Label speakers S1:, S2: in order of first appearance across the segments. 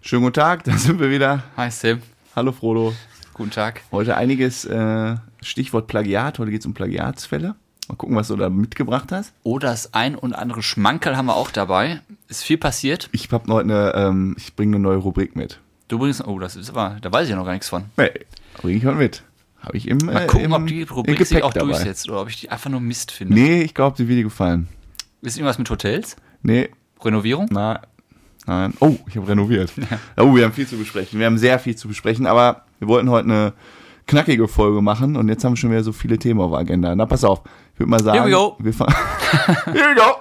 S1: Schönen guten Tag, da sind wir wieder.
S2: Hi Sim,
S1: Hallo Frodo.
S2: guten Tag.
S1: Heute einiges, äh, Stichwort Plagiat, heute geht es um Plagiatsfälle. Mal gucken, was du da mitgebracht hast.
S2: Oh, das ein und andere Schmankerl haben wir auch dabei. Ist viel passiert.
S1: Ich hab heute eine, ähm, ich bringe eine neue Rubrik mit.
S2: Du bringst, oh, das ist aber, da weiß ich ja noch gar nichts von.
S1: Nee, bringe ich heute mit. Habe ich im
S2: Mal gucken,
S1: Äh, im,
S2: ob die
S1: im
S2: Rubrik sich
S1: Gepäck
S2: auch
S1: dabei.
S2: durchsetzt oder ob ich die einfach nur Mist finde.
S1: Nee, ich glaube, sie wird dir gefallen.
S2: Ist irgendwas mit Hotels?
S1: Nee,
S2: Renovierung?
S1: nein, nein. Oh, ich habe renoviert. Oh, wir haben viel zu besprechen. Wir haben sehr viel zu besprechen, aber wir wollten heute eine knackige Folge machen und jetzt haben wir schon wieder so viele Themen auf der Agenda. Na, pass auf. Ich würde mal sagen,
S2: we go.
S1: wir fangen. Here we go.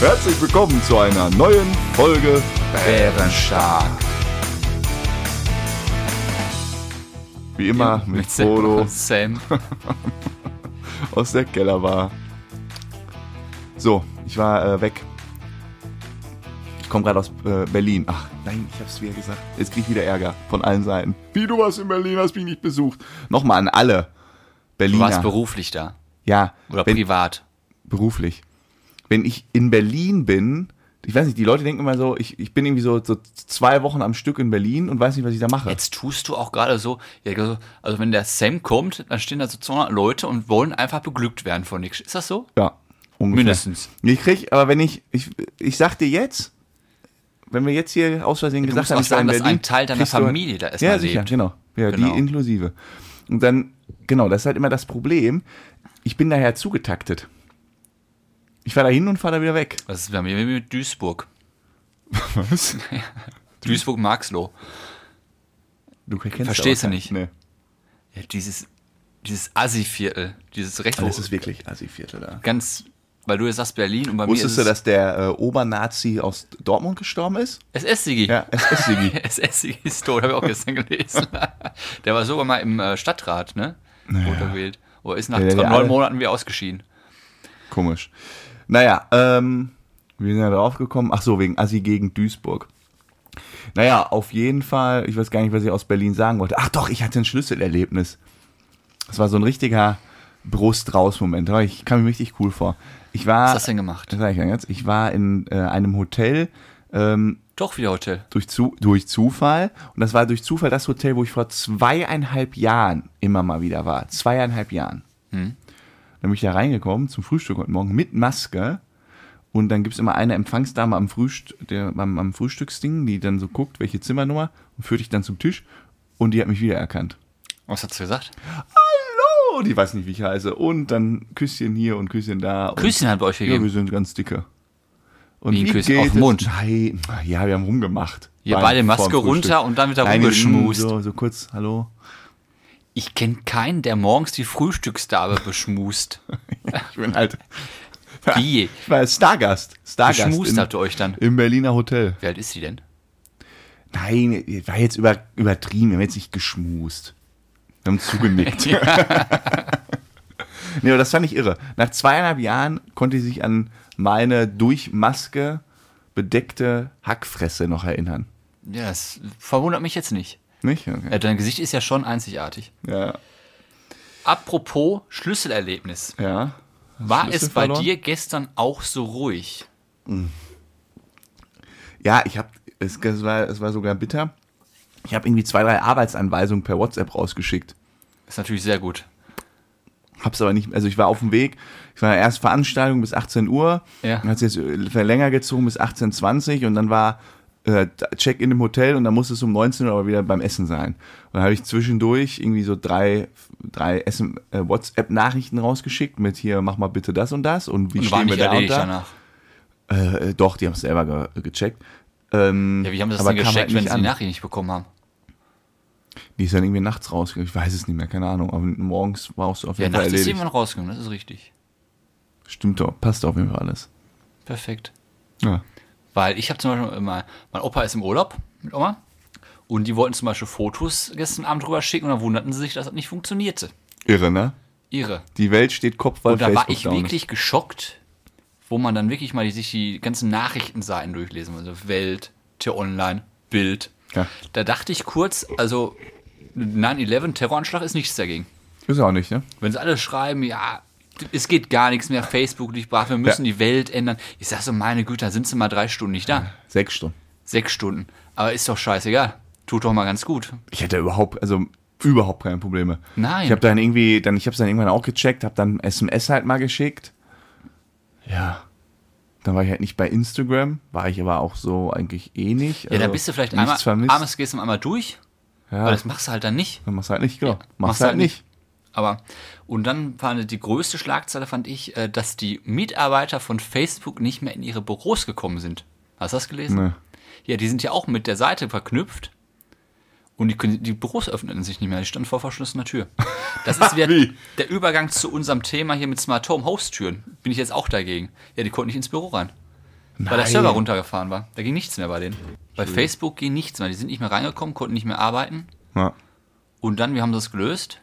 S1: Herzlich willkommen zu einer neuen Folge
S2: Bärenstark.
S1: Wie immer mit
S2: Sam
S1: Frodo
S2: und Sam.
S1: aus der Kellerbar. So, ich war äh, weg. Ich komme gerade aus äh, Berlin. Ach, nein, ich hab's wieder gesagt. Jetzt krieg ich wieder Ärger von allen Seiten. Wie, du warst in Berlin, hast mich nicht besucht. Nochmal an alle.
S2: Du
S1: Berliner.
S2: warst beruflich da.
S1: ja,
S2: Oder
S1: wenn,
S2: privat.
S1: beruflich. Wenn ich in Berlin bin, ich weiß nicht, die Leute denken immer so, ich, ich bin irgendwie so, so zwei Wochen am Stück in Berlin und weiß nicht, was ich da mache.
S2: Jetzt tust du auch gerade so, ja, also, also wenn der Sam kommt, dann stehen da so 200 Leute und wollen einfach beglückt werden von nichts. Ist das so?
S1: Ja, ungefähr.
S2: Mindestens.
S1: Ich krieg, aber wenn ich, ich, ich sag dir jetzt, wenn wir jetzt hier aus Versehen
S2: Du
S1: gesagt
S2: musst
S1: haben,
S2: auch
S1: ich war in
S2: sagen, dass
S1: Berlin,
S2: ein Teil deiner
S1: kriegst du-
S2: Familie da erstmal
S1: Ja, sicher,
S2: lebt.
S1: genau. Ja,
S2: Genau.
S1: die inklusive. Und dann, genau, das ist halt immer das Problem. Ich bin daher zugetaktet. Ich fahre da hin und fahre da wieder weg.
S2: Das ist bei mir mit Duisburg.
S1: Was?
S2: Duisburg-Marxloh.
S1: Du kennst
S2: Verstehst
S1: aber
S2: du
S1: keinen.
S2: Ja, dieses, dieses Assi-Viertel, dieses Recht.
S1: Nee. Das ist wirklich Assi-Viertel da.
S2: ganz, weil du jetzt sagst Berlin und bei mir ist
S1: Wusstest du,
S2: es
S1: dass der äh, Obernazi aus Dortmund gestorben ist?
S2: SS-Sigi.
S1: Ja, SS-Sigi.
S2: SS-Sigi ist tot, habe ich auch gestern gelesen. der war sogar mal im äh, Stadtrat, ne? Wurde gewählt. Oder ist nach
S1: Ja, der- der
S2: neun
S1: alle-
S2: Monaten wieder ausgeschieden.
S1: Komisch. Naja, ähm, wir sind ja drauf gekommen. Ach so, wegen Assi gegen Duisburg. Naja, auf jeden Fall, ich weiß gar nicht, was ich aus Berlin sagen wollte. Ach doch, ich hatte ein Schlüsselerlebnis. Das war so ein richtiger Brust raus Moment. Aber Ich kam mir richtig cool vor. Ich war,
S2: Was hast du denn gemacht?
S1: das sag ich dann jetzt, ich war in äh, einem Hotel ähm,
S2: Doch wieder Hotel.
S1: durch, zu, durch Zufall. Und das war durch Zufall das Hotel, wo ich vor zweieinhalb Jahren immer mal wieder war. Zweieinhalb Jahren. Dann bin ich da reingekommen zum Frühstück heute Morgen mit Maske. Und dann gibt's immer eine Empfangsdame am, Frühst der, am, am Frühstücksding, die dann so guckt, welche Zimmernummer und führt dich dann zum Tisch. Und die hat mich wiedererkannt.
S2: Was hast du gesagt?
S1: Oh, die weiß nicht, wie ich heiße. Und dann Küsschen hier und Küsschen da. Und
S2: Grüßchen hat bei euch
S1: Ja,
S2: gegeben.
S1: wir sind ganz dicke. Und
S2: Wie ein Küsschen auf
S1: geht
S2: den
S1: es?
S2: Mund.
S1: Nein, ja, wir haben rumgemacht.
S2: Ja,
S1: Beim-
S2: beide Maske
S1: vorm Frühstück.
S2: runter und dann wieder
S1: Nein, wir sind
S2: rumgeschmust.
S1: So, so kurz, hallo.
S2: Ich kenne keinen, der morgens die Frühstücksdarbe beschmust.
S1: Ich bin halt.
S2: Wie?
S1: Ich war Stargast. Stargast.
S2: Geschmust
S1: in-
S2: habt ihr euch dann.
S1: Im Berliner Hotel.
S2: Wie alt ist sie denn?
S1: Nein, war jetzt über, übertrieben. Wir haben jetzt nicht geschmust. Wir haben zugenickt. nee, aber das fand ich irre. Nach zweieinhalb Jahren konnte sie sich an meine durch Maske bedeckte Hackfresse noch erinnern.
S2: Ja, das verwundert mich jetzt nicht.
S1: Nicht?
S2: Ja,
S1: Okay.
S2: dein Gesicht ist ja schon einzigartig.
S1: Ja.
S2: Apropos Schlüsselerlebnis.
S1: ja.
S2: War
S1: Schlüssel
S2: es bei
S1: verloren?
S2: dir gestern auch so ruhig?
S1: Ja, ich habe es, es, war, es war sogar bitter. Ich habe irgendwie zwei, drei Arbeitsanweisungen per WhatsApp rausgeschickt.
S2: Ist natürlich sehr gut.
S1: Hab's aber nicht, also ich war auf dem Weg, ich war erst Veranstaltung bis 18 Uhr,
S2: Ja.
S1: dann hat's jetzt äh, länger gezogen bis 18.20 Uhr und dann war äh, Check-in im Hotel und dann musste es um 19 Uhr aber wieder beim Essen sein. Und dann habe ich zwischendurch irgendwie so drei, drei SM äh, WhatsApp-Nachrichten rausgeschickt mit hier, mach mal bitte das und das und wie
S2: Und war
S1: stehen wir
S2: nicht
S1: da eh und
S2: erledigt
S1: da.
S2: danach.
S1: Äh, äh, doch, die haben es selber ge gecheckt. Ähm,
S2: Ja, wie haben sie das
S1: aber
S2: denn
S1: kam halt
S2: gescheckt, wenn
S1: nicht
S2: sie die Nachricht nicht bekommen haben?
S1: Die ist dann irgendwie nachts rausgegangen. Ich weiß es nicht mehr, keine Ahnung. Aber morgens war es auf
S2: Ja,
S1: jeden Fall
S2: nachts ist
S1: erledigt.
S2: jemand rausgegangen, das ist richtig.
S1: Stimmt doch, passt auf jeden Fall alles.
S2: Perfekt.
S1: Ja.
S2: Weil ich habe zum Beispiel immer, mein Opa ist im Urlaub mit Oma und die wollten zum Beispiel Fotos gestern Abend rüber schicken und dann wunderten sie sich, dass das nicht funktionierte.
S1: Irre, ne?
S2: Ihre.
S1: Die Welt steht Kopf, weil
S2: Und da war
S1: Facebook
S2: ich
S1: down
S2: wirklich geschockt, wo man dann wirklich mal die, sich die ganzen Nachrichtenseiten durchlesen muss. Also Welt, Tier Online, Bild.
S1: Ja.
S2: Da dachte ich kurz, also 9-11, Terroranschlag ist nichts dagegen.
S1: ist. Ist auch nicht, ne?
S2: Wenn sie alle schreiben, ja, es geht gar nichts mehr. Facebook liegt brach, wir müssen die Welt ändern. Ich sag so, meine Güte, da sind sie mal drei Stunden nicht da.
S1: Sechs Stunden.
S2: Sechs Stunden. Aber ist doch scheißegal. Tut doch mal ganz gut.
S1: Ich hätte überhaupt, also überhaupt keine Probleme.
S2: Nein.
S1: Ich habe dann irgendwie, dann ich habe es dann irgendwann auch gecheckt, habe dann SMS halt mal geschickt. Ja. Dann war ich halt nicht bei Instagram, war ich aber auch so eigentlich eh nicht.
S2: Ja, da
S1: also
S2: bist du vielleicht
S1: nichts
S2: einmal,
S1: vermisst.
S2: abends gehst du einmal durch,
S1: ja,
S2: aber das machst du halt dann nicht.
S1: dann machst du halt nicht, genau. machst,
S2: machst
S1: du halt
S2: halt
S1: nicht.
S2: Aber, und dann fand die größte Schlagzeile, fand ich, äh, dass die Mitarbeiter von Facebook nicht mehr in ihre Büros gekommen sind. Hast du das gelesen?
S1: Nee.
S2: Ja, die sind ja auch mit der Seite verknüpft. Und die, können, die Büros öffneten sich nicht mehr. Die standen vor verschlossener Tür. Das ist wieder
S1: Wie?
S2: der Übergang zu unserem Thema hier mit Smart Home Haustüren. Bin ich jetzt auch dagegen. Ja, die konnten nicht ins Büro rein. Weil der
S1: Nein.
S2: Server runtergefahren war. Da ging nichts mehr bei denen. Bei Facebook ging nichts mehr. Die sind nicht mehr reingekommen, konnten nicht mehr arbeiten.
S1: Ja.
S2: Und dann, wir haben das gelöst.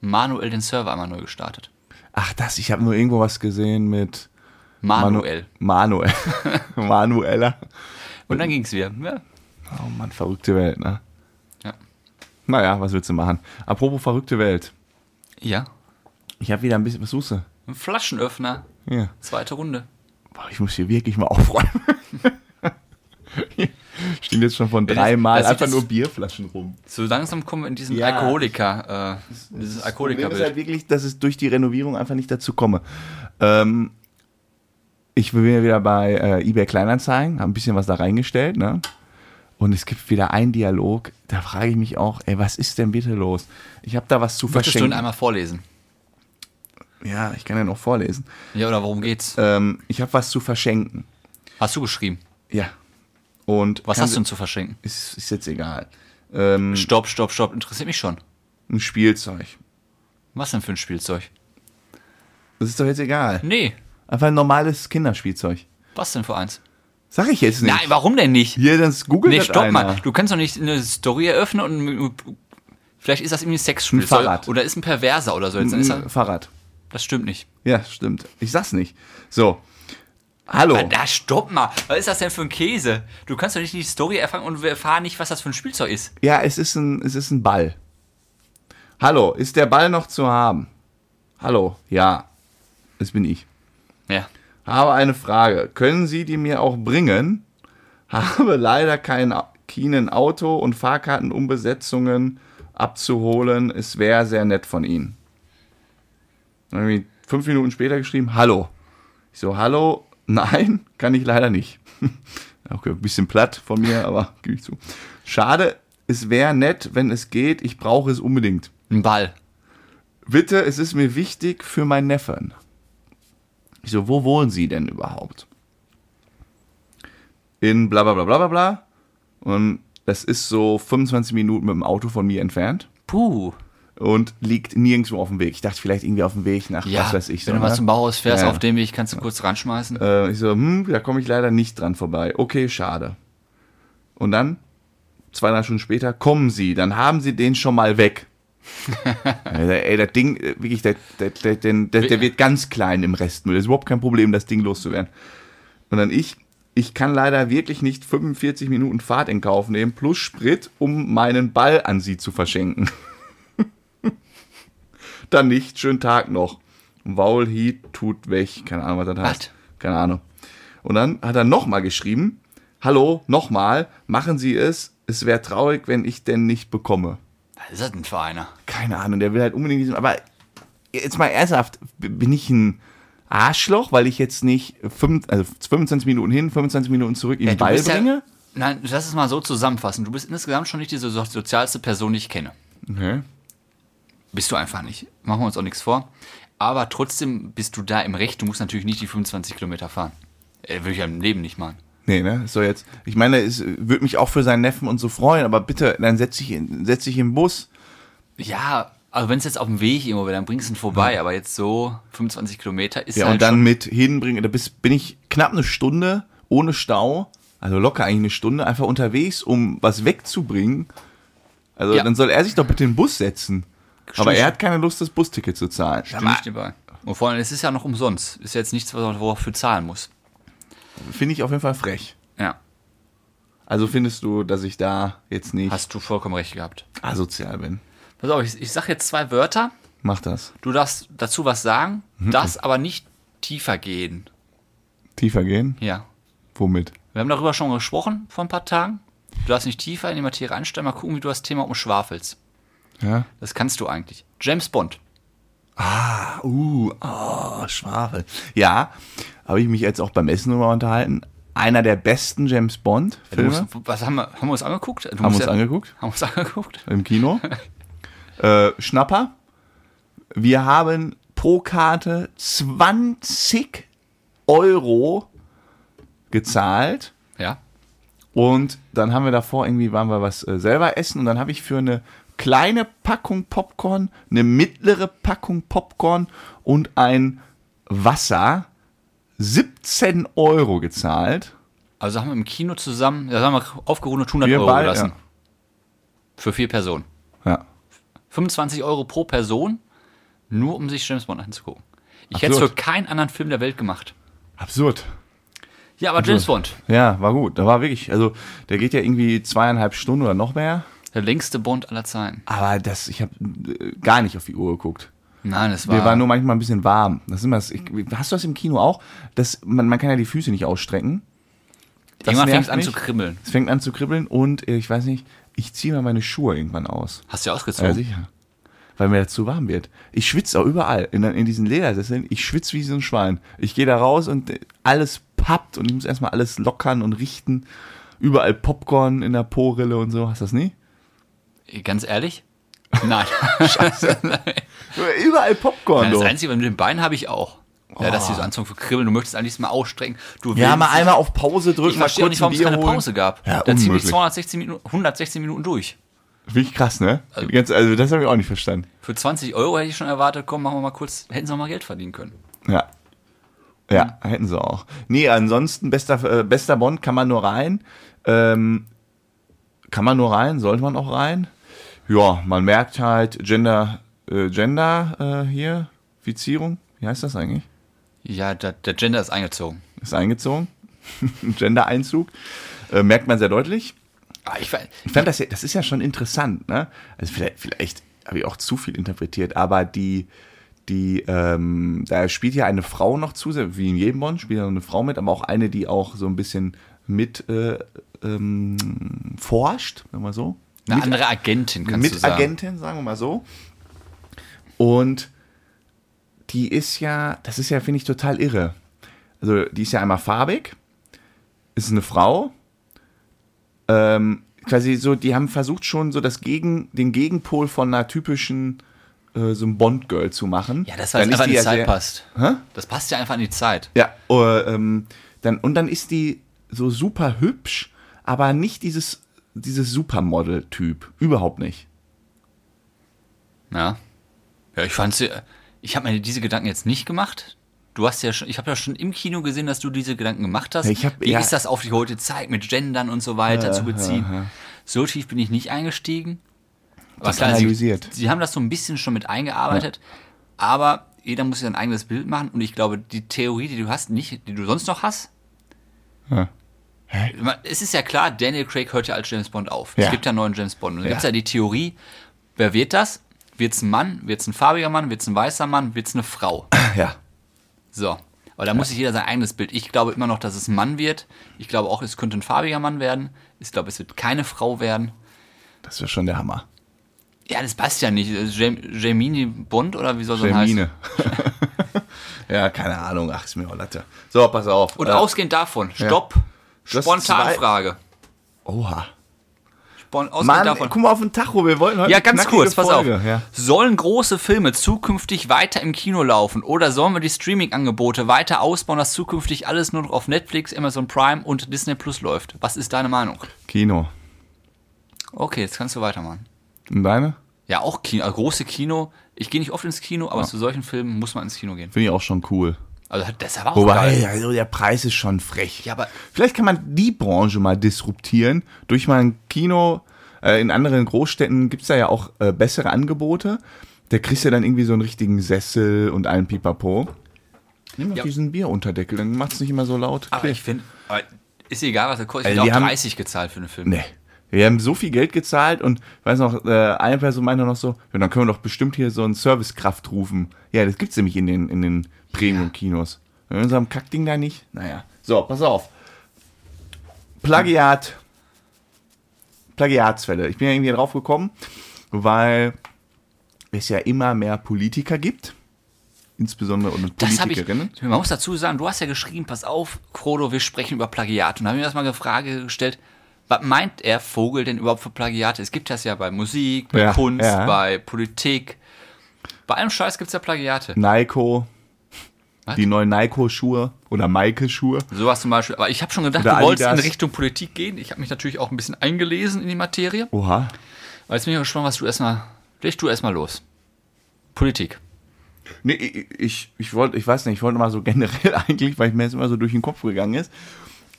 S2: Manuell den Server einmal neu gestartet.
S1: Ach das, ich habe nur irgendwo was gesehen mit Manu-
S2: Manuell.
S1: Manuel. Manueller.
S2: und dann ging's wieder. Ja.
S1: Oh Mann, verrückte Welt, ne?
S2: Ja.
S1: Naja, was willst du machen? Apropos verrückte Welt.
S2: ja.
S1: Ich habe wieder ein bisschen, was suchst du?
S2: Ein Flaschenöffner.
S1: Hier.
S2: Zweite Runde.
S1: Boah, ich muss hier wirklich mal aufräumen. Stehen jetzt schon von
S2: das-
S1: dreimal
S2: das sieht
S1: einfach
S2: das-
S1: nur Bierflaschen rum.
S2: So langsam kommen wir in diesen
S1: Ja.
S2: Alkoholiker, äh, dieses
S1: Problem ist halt
S2: Alkoholikerbild.
S1: wirklich, dass es durch die Renovierung einfach nicht dazu komme. Ähm, ich bin ja wieder bei äh, eBay Kleinanzeigen, habe ein bisschen was da reingestellt, ne? Und es gibt wieder einen Dialog, da frage ich mich auch, ey, was ist denn bitte los? Ich habe da was zu
S2: Möchtest du ihn
S1: verschenken.
S2: einmal vorlesen?
S1: Ja, ich kann den auch vorlesen.
S2: Ja, oder worum geht's?
S1: Ähm, ich habe was zu verschenken.
S2: Hast du geschrieben?
S1: Ja. Und
S2: Was
S1: kann-
S2: hast du denn zu verschenken?
S1: Ist, ist jetzt egal. Ähm,
S2: Stopp, stopp, stopp. Interessiert mich schon.
S1: ein Spielzeug.
S2: Was denn für ein Spielzeug?
S1: Das ist doch jetzt egal.
S2: Nee.
S1: Einfach ein normales Kinderspielzeug.
S2: Was denn für eins?
S1: Sag ich jetzt nicht.
S2: Nein, warum denn nicht?
S1: Hier, das googelt
S2: Nee,
S1: das
S2: stopp
S1: einer.
S2: mal. Du kannst doch nicht eine Story eröffnen und. Vielleicht ist das irgendwie ein Sexspielzeug.
S1: Ein Fahrrad.
S2: Oder ist ein Perverser oder so. Jetzt dann ist er,
S1: Ein Fahrrad.
S2: das stimmt nicht.
S1: Ja, stimmt. Ich sag's nicht. So. Hallo.
S2: Ah, Da, stopp mal. Was ist das denn für ein Käse? Du kannst doch nicht die Story erfangen und wir erfahren nicht, was das für ein Spielzeug ist.
S1: Ja, es ist ein, es ist ein Ball. Hallo, ist der Ball noch zu haben? Hallo, ja. Das bin ich.
S2: Ja.
S1: Habe eine Frage. Können Sie die mir auch bringen? Habe leider kein Au- keinen Auto und Fahrkarten, um Besetzungen abzuholen. Es wäre sehr nett von Ihnen. Dann hab ich fünf Minuten später geschrieben, hallo. Ich so, hallo, nein, kann ich leider nicht. Okay, ein bisschen platt von mir, aber gebe ich zu. Schade, es wäre nett, wenn es geht. Ich brauche es unbedingt.
S2: Ein Ball.
S1: Bitte, es ist mir wichtig für meinen Neffen. Ich so, wo wohnen Sie denn überhaupt? In bla bla bla bla bla bla. Und das ist so 25 Minuten mit dem Auto von mir entfernt
S2: Puh.
S1: und liegt nirgendwo auf dem Weg. Ich dachte vielleicht irgendwie auf dem Weg nach
S2: Ja,
S1: was weiß ich.
S2: wenn
S1: so,
S2: du mal
S1: ne?
S2: zum Bauhaus fährst,
S1: Ja.
S2: auf dem Weg kannst du kurz ranschmeißen.
S1: Äh, ich so, hm, da komme ich leider nicht dran vorbei. Okay, schade. Und dann, zwei, drei Stunden später, kommen sie, dann haben sie den schon mal weg. Ey, ey, das Ding, äh, wirklich, der, der, der, der, der, der wird ganz klein im Restmüll. Das ist überhaupt kein Problem, das Ding loszuwerden. Und dann ich, ich kann leider wirklich nicht 45 Minuten Fahrt in Kauf nehmen, plus Sprit, um meinen Ball an sie zu verschenken. dann nicht, schönen Tag noch. Waul Heat tut weg. Keine Ahnung, was das heißt. Keine Ahnung. Und dann hat er nochmal geschrieben, hallo, nochmal, machen Sie es, es wäre traurig, wenn ich denn nicht bekomme.
S2: Was ist das denn für einer?
S1: Keine Ahnung, der will halt unbedingt diesen, aber jetzt mal ernsthaft, b- bin ich ein Arschloch, weil ich jetzt nicht fünf, also 25 Minuten hin, 25 Minuten zurück ihm
S2: Ja, du
S1: Ball
S2: bist ja-
S1: bringe?
S2: Nein, lass es mal so zusammenfassen. Du bist insgesamt schon nicht die so- sozialste Person, die ich kenne.
S1: Okay.
S2: Bist du einfach nicht. Machen wir uns auch nichts vor. Aber trotzdem bist du da im Recht. Du musst natürlich nicht die 25 Kilometer fahren. Äh, Würde ich ja im Leben nicht machen.
S1: Nee, ne? So jetzt. Ich meine, es würde mich auch für seinen Neffen und so freuen, aber bitte, dann setz ich ihn, setz ich im Bus.
S2: Ja, also wenn es jetzt auf dem Weg irgendwo wäre, dann bringst du ihn vorbei. Aber jetzt so 25 Kilometer ist
S1: Ja,
S2: halt
S1: und dann
S2: schon,
S1: mit hinbringen. Da bist, bin ich knapp eine Stunde ohne Stau, also locker eigentlich eine Stunde, einfach unterwegs, um was wegzubringen. Also
S2: Ja.
S1: dann soll er sich doch bitte in den Bus setzen. Aber
S2: ich-
S1: er hat keine Lust, das Busticket zu zahlen.
S2: stimme ich dir bei. Und vor allem, es ist ja noch umsonst. Ist jetzt nichts, was man dafür zahlen muss.
S1: Finde ich auf jeden Fall frech.
S2: Ja,
S1: Also findest du, dass ich da jetzt nicht
S2: hast du vollkommen recht gehabt.
S1: asozial bin?
S2: Pass auf, ich, ich sag jetzt zwei Wörter
S1: Mach das.
S2: Du darfst dazu was sagen, das aber nicht tiefer gehen.
S1: Tiefer gehen?
S2: Ja.
S1: Womit?
S2: Wir haben darüber schon gesprochen vor ein paar Tagen. Du darfst nicht tiefer in die Materie einsteigen. Mal gucken, wie du das Thema umschwafelst.
S1: Ja.
S2: Das kannst du eigentlich. James Bond.
S1: Uh,
S2: ah,
S1: oh, Schwafel. Ja, habe ich mich jetzt auch beim Essen drüber unterhalten. Einer der besten James Bond
S2: Du
S1: Filme
S2: musst, was haben wir, haben wir uns angeguckt? Du
S1: haben wir
S2: musst
S1: uns
S2: ja-
S1: angeguckt
S2: Haben wir uns angeguckt?
S1: im Kino. äh, Schnapper. Wir haben pro Karte 20 Euro gezahlt.
S2: Ja.
S1: Und dann haben wir davor irgendwie waren wir was äh, selber essen und dann habe ich für eine kleine Packung Popcorn, eine mittlere Packung Popcorn und ein Wasser 17 Euro gezahlt.
S2: Also haben wir im Kino zusammen, da haben wir aufgerundet 100
S1: Wir
S2: Euro
S1: beide,
S2: gelassen. Für vier Personen.
S1: Ja.
S2: 25 Euro pro Person, nur um sich James Bond anzugucken. Ich hätte es für
S1: Absurd.
S2: keinen anderen Film der Welt gemacht.
S1: Absurd.
S2: Ja, aber James Bond,
S1: Ja, war gut. Da war wirklich, also der geht ja irgendwie zweieinhalb Stunden oder noch mehr.
S2: der längste Bond aller Zeiten.
S1: Aber das, ich habe äh, gar nicht auf die Uhr geguckt.
S2: Nein, es war.
S1: Wir waren nur manchmal ein bisschen warm. Das ist immer das, ich, hast du das im Kino auch? Das, man, man kann ja die Füße nicht ausstrecken. Das
S2: irgendwann fängt
S1: nervt
S2: es an
S1: mich.
S2: zu kribbeln.
S1: Es fängt an zu kribbeln und äh, ich weiß nicht, ich ziehe mal meine Schuhe irgendwann aus.
S2: Hast du ja
S1: Ja,
S2: ausgezogen?
S1: sicher. Weil mir das zu warm wird. Ich schwitze auch überall. In, in diesen Ledersesseln, ich schwitze wie so ein Schwein. Ich gehe da raus und äh, alles pappt und ich muss erstmal alles lockern und richten. Überall Popcorn in der Porille und so. Hast du das nie?
S2: Äh, Ganz ehrlich? Nein.
S1: Überall Popcorn,
S2: das
S1: doch.
S2: Einzige, mit den Beinen habe ich auch. Ja, dass die so anfangen zu kribbeln. Du möchtest am liebsten mal ausstrecken. Du
S1: Oh. Ja,
S2: willst-
S1: mal einmal auf Pause drücken,
S2: Ich
S1: mal
S2: verstehe auch
S1: kurz
S2: nicht, warum
S1: ein
S2: es
S1: Bier
S2: keine
S1: holen.
S2: Pause gab.
S1: Ja,
S2: da ziehe ich
S1: unmöglich.
S2: 216 Minuten, 116 Minuten durch.
S1: Wirklich krass, ne? Ganz, also das habe ich auch nicht verstanden.
S2: Für 20 Euro hätte ich schon erwartet, komm, machen wir mal kurz, hätten sie noch mal Geld verdienen können.
S1: Ja. Ja, hätten sie auch. Nee, ansonsten, bester, äh, bester Bond kann man nur rein. Ähm, kann man nur rein, sollte man auch rein. Ja, man merkt halt Gender, äh, Gender äh, hier, Fizierung, wie heißt das eigentlich?
S2: Ja, der, der Gender ist eingezogen.
S1: Ist eingezogen. Gender-Einzug. Äh, merkt man sehr deutlich.
S2: Ah, Ich, ver-
S1: Ich fand das ja, das ist ja schon interessant, ne? Also vielleicht, vielleicht habe ich auch zu viel interpretiert, aber die, die, ähm, da spielt ja eine Frau noch zu, wie in jedem Bond spielt ja noch eine Frau mit, aber auch eine, die auch so ein bisschen mit äh, ähm, forscht, sagen wir mal so.
S2: eine
S1: mit
S2: andere Agentin, kannst du
S1: mit
S2: sagen.
S1: Agentin, sagen wir mal so. Und die ist ja, das ist ja, finde ich, total irre. Also, die ist ja einmal farbig, ist eine Frau. Ähm, quasi so, die haben versucht schon so das Gegen, den Gegenpol von einer typischen äh, so einem Bond-Girl zu machen.
S2: Ja, das, weil es
S1: Dann ist
S2: einfach an die
S1: ja
S2: Zeit
S1: sehr-
S2: passt.
S1: Hä?
S2: Das passt ja einfach an die Zeit.
S1: Ja, äh, ähm, dann, und dann ist die so super hübsch, aber nicht dieses, dieses Supermodel-Typ. Überhaupt nicht.
S2: Ja. Ja, ich fand sie, ich habe mir diese Gedanken jetzt nicht gemacht. Du hast ja schon, ich habe ja schon im Kino gesehen, dass du diese Gedanken gemacht hast.
S1: Ja, ich hab-
S2: Wie
S1: ja.
S2: ist das auf die heute Zeit mit Gendern und so weiter zu beziehen? So tief bin ich nicht eingestiegen. Aber
S1: Das
S2: sie,
S1: analysiert.
S2: sie haben das so ein bisschen schon mit eingearbeitet, aber jeder muss sein eigenes Bild machen und ich glaube, die Theorie, die du hast, nicht, die du sonst noch hast,
S1: Ja.
S2: man- es ist ja klar, Daniel Craig hört ja als James Bond auf. Es
S1: Ja.
S2: gibt ja einen neuen James Bond. Und dann
S1: Ja.
S2: gibt's gibt ja die Theorie, wer wird das? Wird's ein Mann? Wird's ein farbiger Mann? Wird's ein weißer Mann? Wird's eine Frau?
S1: Ja.
S2: So. Aber da muss sich jeder sein eigenes Bild. Ich glaube immer noch, dass es ein Mann wird. Ich glaube auch, es könnte ein farbiger Mann werden. Ich glaube, es wird keine Frau werden.
S1: Das wäre schon der Hammer.
S2: Ja, das passt ja nicht. Äh, Jam Jamini Bond oder wie soll das heißen?
S1: Termine. ja, keine Ahnung. Ach, ist mir auch Latte. So, pass auf.
S2: Und
S1: Äh,
S2: ausgehend davon, stopp.
S1: hast
S2: Spontanfrage.
S1: Oha.
S2: Spon ausgehend
S1: Mann,
S2: davon.
S1: guck mal auf den Tacho. Wir wollen heute
S2: Ja,
S1: eine
S2: ganz
S1: Also knackige
S2: kurz, pass auf.
S1: Folge. Ja.
S2: Sollen große Filme zukünftig weiter im Kino laufen oder sollen wir die Streaming-Angebote weiter ausbauen, dass zukünftig alles nur noch auf Netflix, Amazon Prime und Disney Plus läuft? Was ist deine Meinung?
S1: Kino.
S2: Okay, jetzt kannst du weitermachen.
S1: Und deine?
S2: Ja, auch Kino, also große Kino. Ich gehe nicht oft ins Kino, aber zu solchen Filmen muss man ins Kino gehen.
S1: Finde ich auch schon cool.
S2: Also das war auch
S1: Wobei,
S2: geil.
S1: also der Preis ist schon frech.
S2: Ja, aber-
S1: Vielleicht kann man die Branche mal disruptieren durch mal ein Kino. Äh, in anderen Großstädten gibt es da ja auch äh, bessere Angebote. Da kriegst du dann irgendwie so einen richtigen Sessel und einen Pipapo. Nimm doch
S2: Ja.
S1: diesen Bierunderdeckel, dann macht's nicht immer so laut.
S2: Aber ich finde, aber äh, ist egal, was er kostet. Ich
S1: Also
S2: also
S1: die
S2: auch
S1: haben-
S2: 30 gezahlt für einen Film.
S1: Nee. Wir haben so viel Geld gezahlt und ich weiß noch, äh, eine Person meinte noch so, ja, dann können wir doch bestimmt hier so einen Servicekraft rufen. Ja, das gibt's nämlich in den, in den Premium-Kinos. In unserem Kackding da nicht. Naja. So, pass auf. Plagiat. Plagiatsfälle. Ich bin ja irgendwie drauf gekommen, weil es ja immer mehr Politiker gibt. Insbesondere und
S2: Das habe ich.
S1: Politikerinnen.
S2: Man muss dazu sagen, du hast ja geschrieben, pass auf, Frodo, wir sprechen über Plagiat. Und da habe ich mir erstmal die Frage gestellt, was meint er Vogel denn überhaupt für Plagiate? Es gibt das ja bei Musik, bei
S1: Ja,
S2: Kunst,
S1: ja.
S2: bei Politik. Bei allem Scheiß gibt es ja Plagiate.
S1: Nike.
S2: Was?
S1: Die neuen Nike-Schuhe oder Maike-Schuhe.
S2: Sowas zum Beispiel. Aber ich habe schon gedacht,
S1: Oder
S2: du wolltest
S1: Adidas.
S2: in Richtung Politik gehen. Ich habe mich natürlich auch ein bisschen eingelesen in die Materie.
S1: Oha.
S2: Aber jetzt bin ich mal gespannt, was du erstmal. Leg du erstmal los. Politik.
S1: Nee, ich, ich, ich wollte, ich weiß nicht, ich wollte mal so generell eigentlich, weil ich mir jetzt immer so durch den Kopf gegangen ist,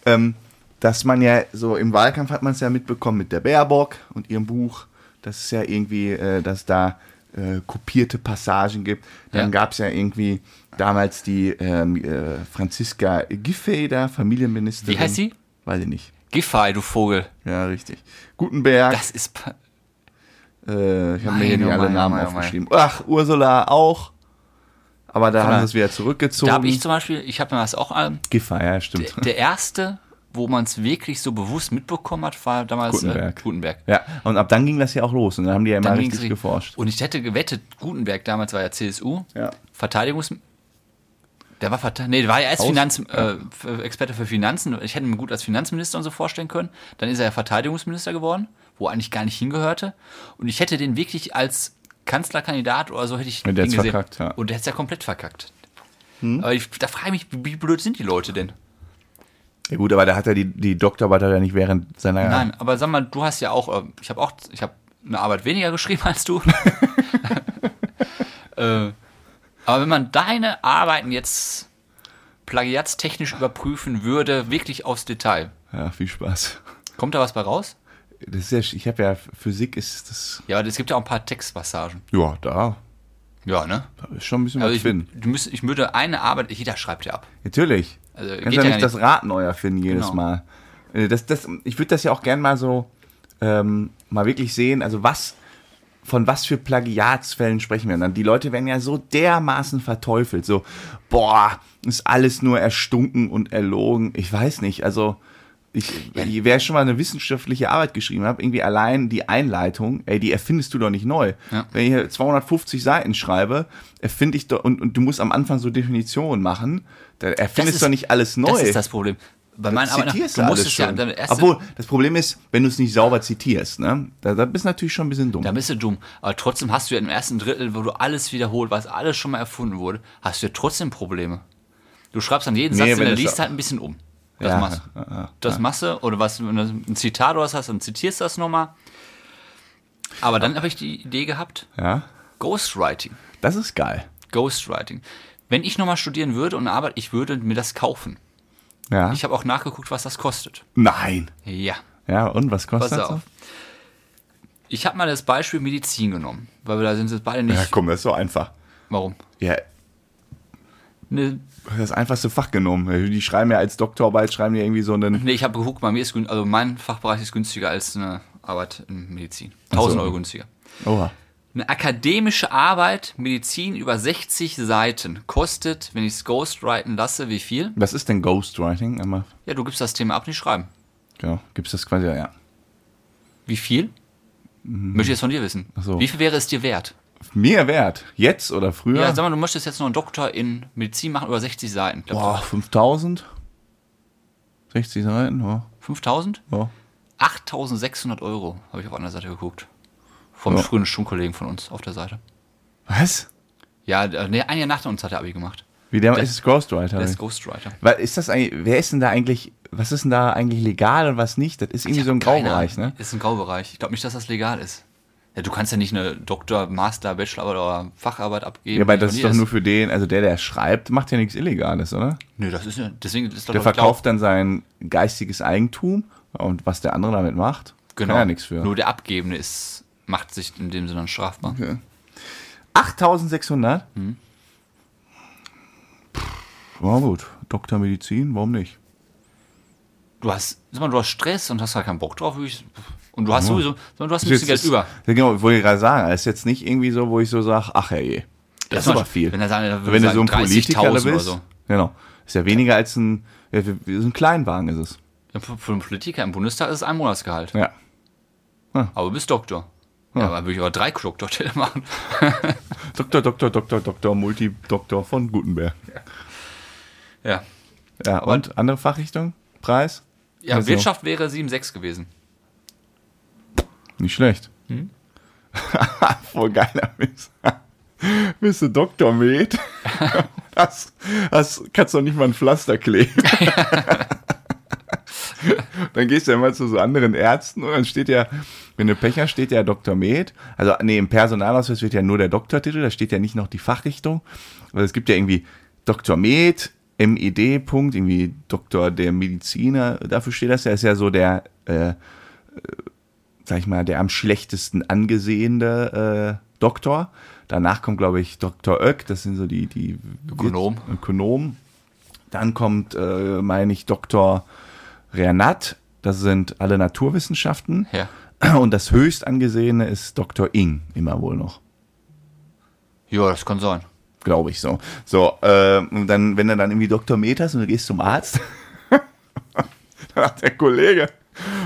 S1: ähm, dass man ja so im Wahlkampf hat man es ja mitbekommen mit der Baerbock und ihrem Buch, dass es ja irgendwie, äh, dass da äh, kopierte Passagen gibt. Dann
S2: Ja.
S1: gab es ja irgendwie damals die ähm, äh, Franziska Giffey da, Familienministerin.
S2: Wie heißt sie?
S1: Weiß ich nicht.
S2: Giffey, du Vogel.
S1: Ja, richtig. Gutenberg.
S2: Das ist. pa-
S1: Äh, ich habe mir
S2: Mei,
S1: hier nicht
S2: oh
S1: alle
S2: mei,
S1: Namen
S2: oh mei, oh mei.
S1: aufgeschrieben. Ach, Ursula auch. Aber da haben
S2: mal,
S1: sie es wieder zurückgezogen.
S2: Da habe ich zum Beispiel, ich habe mir das auch ähm, an.
S1: Giffer, ja, stimmt.
S2: Der erste, wo man es wirklich so bewusst mitbekommen hat, war damals
S1: Gutenberg.
S2: Äh, Gutenberg.
S1: Ja, und ab dann ging das ja auch los und dann haben die ja immer
S2: Dann ging's
S1: richtig geforscht.
S2: Und ich hätte gewettet, Gutenberg damals war ja CSU.
S1: Ja.
S2: Verteidigungs. Der war Verte nee, der war ja als
S1: Aus-
S2: Finanz, äh, für- Experte für Finanzen. Ich hätte ihn gut als Finanzminister und so vorstellen können. Dann ist er ja Verteidigungsminister geworden, wo er eigentlich gar nicht hingehörte. Und ich hätte den wirklich als Kanzlerkandidat oder so hätte ich
S1: Und der
S2: ihn
S1: hat's
S2: gesehen.
S1: verkackt, ja. Hm?
S2: Und der hat's ja komplett verkackt. Aber ich, da frage ich mich, wie blöd sind die Leute denn?
S1: Ja gut, aber da hat er die, die Doktorarbeit hat er nicht während seiner
S2: Nein, aber sag mal, du hast ja auch, äh, ich habe auch, ich habe eine Arbeit weniger geschrieben als du. äh, aber wenn man deine Arbeiten jetzt plagiatstechnisch überprüfen würde, wirklich aufs Detail,
S1: Ja, viel Spaß.
S2: kommt da was bei raus?
S1: Das ist ja, sch- ich habe ja, Physik ist das.
S2: Ja, aber es gibt ja auch ein paar Textpassagen.
S1: Ja, da
S2: Ja, ne?
S1: da ist schon ein bisschen
S2: Also
S1: was
S2: ich,
S1: drin.
S2: du müsst, ich würde eine Arbeit, jeder schreibt ja ab.
S1: Natürlich.
S2: Also, geht
S1: Kannst ja
S2: ja
S1: nicht
S2: gar
S1: das Rad neu erfinden jedes
S2: Genau.
S1: Mal. Äh, Das, das, ich würde das ja auch gern mal so ähm, mal wirklich sehen. Also was von was für Plagiatsfällen sprechen wir dann? Die Leute werden ja so dermaßen verteufelt. So, boah, ist alles nur erstunken und erlogen. Ich weiß nicht. Also ich, wer schon mal eine wissenschaftliche Arbeit geschrieben hat, irgendwie allein die Einleitung, ey, die erfindest du doch nicht neu.
S2: Ja.
S1: Wenn ich hier 250 Seiten schreibe, erfinde ich doch, und, und du musst am Anfang so Definitionen machen, dann erfindest
S2: ist-
S1: du doch nicht alles neu.
S2: Das ist das Problem. Bei meinen Arbeiten,
S1: zitierst
S2: du
S1: du
S2: musst
S1: alles
S2: es ja,
S1: schon.
S2: deine erste,
S1: Obwohl, das Problem ist, wenn du es nicht sauber zitierst, ne? Da, da bist du natürlich schon ein bisschen dumm.
S2: Da bist du dumm. Aber trotzdem hast du ja im ersten Drittel, wo du alles wiederholt, was alles schon mal erfunden wurde, hast du ja trotzdem Probleme. Du schreibst dann jeden
S1: Nee,
S2: Satz, den
S1: wenn
S2: er
S1: das-
S2: liest, halt ein bisschen um. Das
S1: Ja,
S2: machst du.
S1: ja, ja,
S2: das machst du. Oder was, wenn du ein Zitat oder was hast, dann zitierst du das nochmal. Aber dann habe ich die Idee gehabt,
S1: Ja,
S2: Ghostwriting.
S1: das ist geil.
S2: Ghostwriting. Wenn ich nochmal studieren würde und arbeite, ich würde mir das kaufen.
S1: Ja.
S2: Ich habe auch nachgeguckt, was das kostet.
S1: Nein.
S2: Ja.
S1: Ja, und was kostet
S2: Pass
S1: das?
S2: auf. Ich habe mal das Beispiel Medizin genommen, weil wir da sind jetzt beide nicht.
S1: Ja, komm, das ist so einfach.
S2: Warum?
S1: Ja,
S2: Ne,
S1: das einfachste Fach genommen. Die schreiben ja als Doktorarbeit, schreiben ja irgendwie so einen.
S2: Nee, ich habe geguckt, bei mir ist gün- also mein Fachbereich ist günstiger als eine Arbeit in Medizin.
S1: so.
S2: 1000 Euro günstiger.
S1: Oha.
S2: Eine akademische Arbeit, Medizin über 60 Seiten, kostet, wenn ich es ghostwriten lasse, wie viel?
S1: Was ist denn Ghostwriting? Einmal,
S2: Ja, du gibst das Thema ab, nicht schreiben.
S1: genau, gibt's das quasi, ja.
S2: Wie viel? Möchte ich jetzt von dir wissen.
S1: Mhm. Ach so.
S2: Wie viel wäre es dir wert?
S1: Mir wert. Jetzt oder früher?
S2: Ja. sag mal, du möchtest jetzt noch einen Doktor in Medizin machen über 60 Seiten. Glaubst
S1: Boah, 5000? 60 Seiten? Ja.
S2: du, 5000?
S1: ja.
S2: 8600 Euro, habe ich auf einer Seite geguckt. Vom
S1: Ja.
S2: frühen Schulkollegen von uns auf der Seite.
S1: Was?
S2: Ja, der- nee, ein Jahr nach uns hat er Abi gemacht.
S1: Wie der ist es Ghostwriter?
S2: Der ist Ghostwriter.
S1: Weil ist das eigentlich, wer ist denn da eigentlich, was ist denn da eigentlich legal und was nicht? Das ist irgendwie so ein Graubereich, ne?
S2: Ist ein Graubereich. Ich glaube nicht, dass das legal ist. Ja, du kannst ja nicht eine Doktor-, Master-, Bachelorarbeit oder Facharbeit abgeben.
S1: Ja, aber
S2: die
S1: das
S2: von
S1: ist
S2: dir
S1: doch nur für den, also der, der schreibt, macht ja nichts Illegales, oder?
S2: Nö, das ist ja. Deswegen ist doch
S1: Der
S2: glaub ich,
S1: verkauft dann sein geistiges Eigentum und was der andere damit macht,
S2: genau.
S1: kann ja nichts für. Mhm.
S2: Nur der Abgebende ist, macht sich in dem Sinne dann strafbar.
S1: 8600? Hm. War gut. Doktor Medizin, warum nicht?
S2: Du hast, sag mal, du hast Stress und hast halt keinen Bock drauf. würde Ich, Und du hast sowieso, sondern du hast ein bisschen Geld
S1: ist,
S2: über.
S1: Ja, genau, wollte ich gerade sagen. Das ist jetzt nicht irgendwie so, wo ich so sage, ach ey, das ist
S2: zum
S1: aber
S2: Beispiel,
S1: viel.
S2: Wenn, er sagen,
S1: wenn du so ein Politiker bist,
S2: oder so.
S1: genau, ist ja weniger als ein, ja, wie- wie so ein Kleinwagen ist es.
S2: Ja, Für für einen Politiker im Bundestag ist es ein Monatsgehalt.
S1: Ja.
S2: Aber du bist Doktor. Ja, aber würde ich aber drei Doktortitel machen.
S1: Doktor, Doktor, Doktor, Doktor, Multidoktor von Gutenberg.
S2: Ja.
S1: Ja, und andere Fachrichtung? Preis?
S2: Ja,
S1: Also.
S2: Wirtschaft wäre 7,6 gewesen.
S1: Nicht schlecht.
S2: Hm?
S1: Voll geiler Mist. Bist du Doktor Med? Das, das kannst du nicht mal ein Pflaster kleben. dann gehst du ja mal zu so anderen Ärzten und dann steht ja, wenn du Pech hast, steht ja Doktor Med. Also, nee, im Personalausweis wird ja nur der Doktortitel, da steht ja nicht noch die Fachrichtung. Weil es gibt ja irgendwie Doktor Med, MED, Punkt, irgendwie Doktor der Mediziner. Dafür steht das ja, ist ja so der, äh, sag ich mal, der am schlechtesten angesehene äh, Doktor. Danach kommt, glaube ich, Dr. Oeck, das sind so die, die
S2: Ökonom.
S1: Ökonom. Dann kommt, äh, meine ich, Dr. Renat, das sind alle Naturwissenschaften.
S2: Ja.
S1: Und das höchst angesehene ist Dr. Ing, immer wohl noch.
S2: Ja, das kann sein.
S1: Glaube ich so. So, äh, und dann, wenn du dann irgendwie Dr. Meters und du gehst zum Arzt, dann hat der Kollege.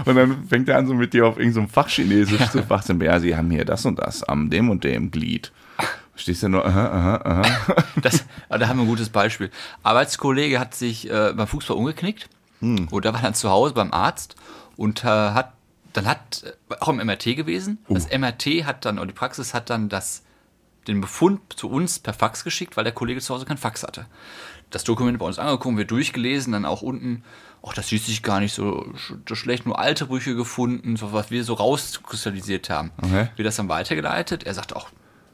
S1: Und dann fängt er an, so mit dir auf irgendeinem Fachchinesisch zu fachsen. Ja, sie haben hier das und das am dem und dem Glied. Stehst du nur, aha, aha, aha.
S2: Das, aber da haben wir ein gutes Beispiel. Arbeitskollege hat sich äh, beim Fußball umgeknickt und da war dann zu Hause beim Arzt und äh, hat dann hat äh, auch im MRT gewesen. Das MRT hat dann, oder die Praxis hat dann das, den Befund zu uns per Fax geschickt, weil der Kollege zu Hause kein Fax hatte. Das Dokument bei uns angekommen, wir durchgelesen, dann auch unten, ach, das hieß sich gar nicht so, sch so schlecht, nur alte Brüche gefunden, so was wir so rauskristallisiert haben.
S1: Okay.
S2: Wir das dann weitergeleitet. Er sagt auch,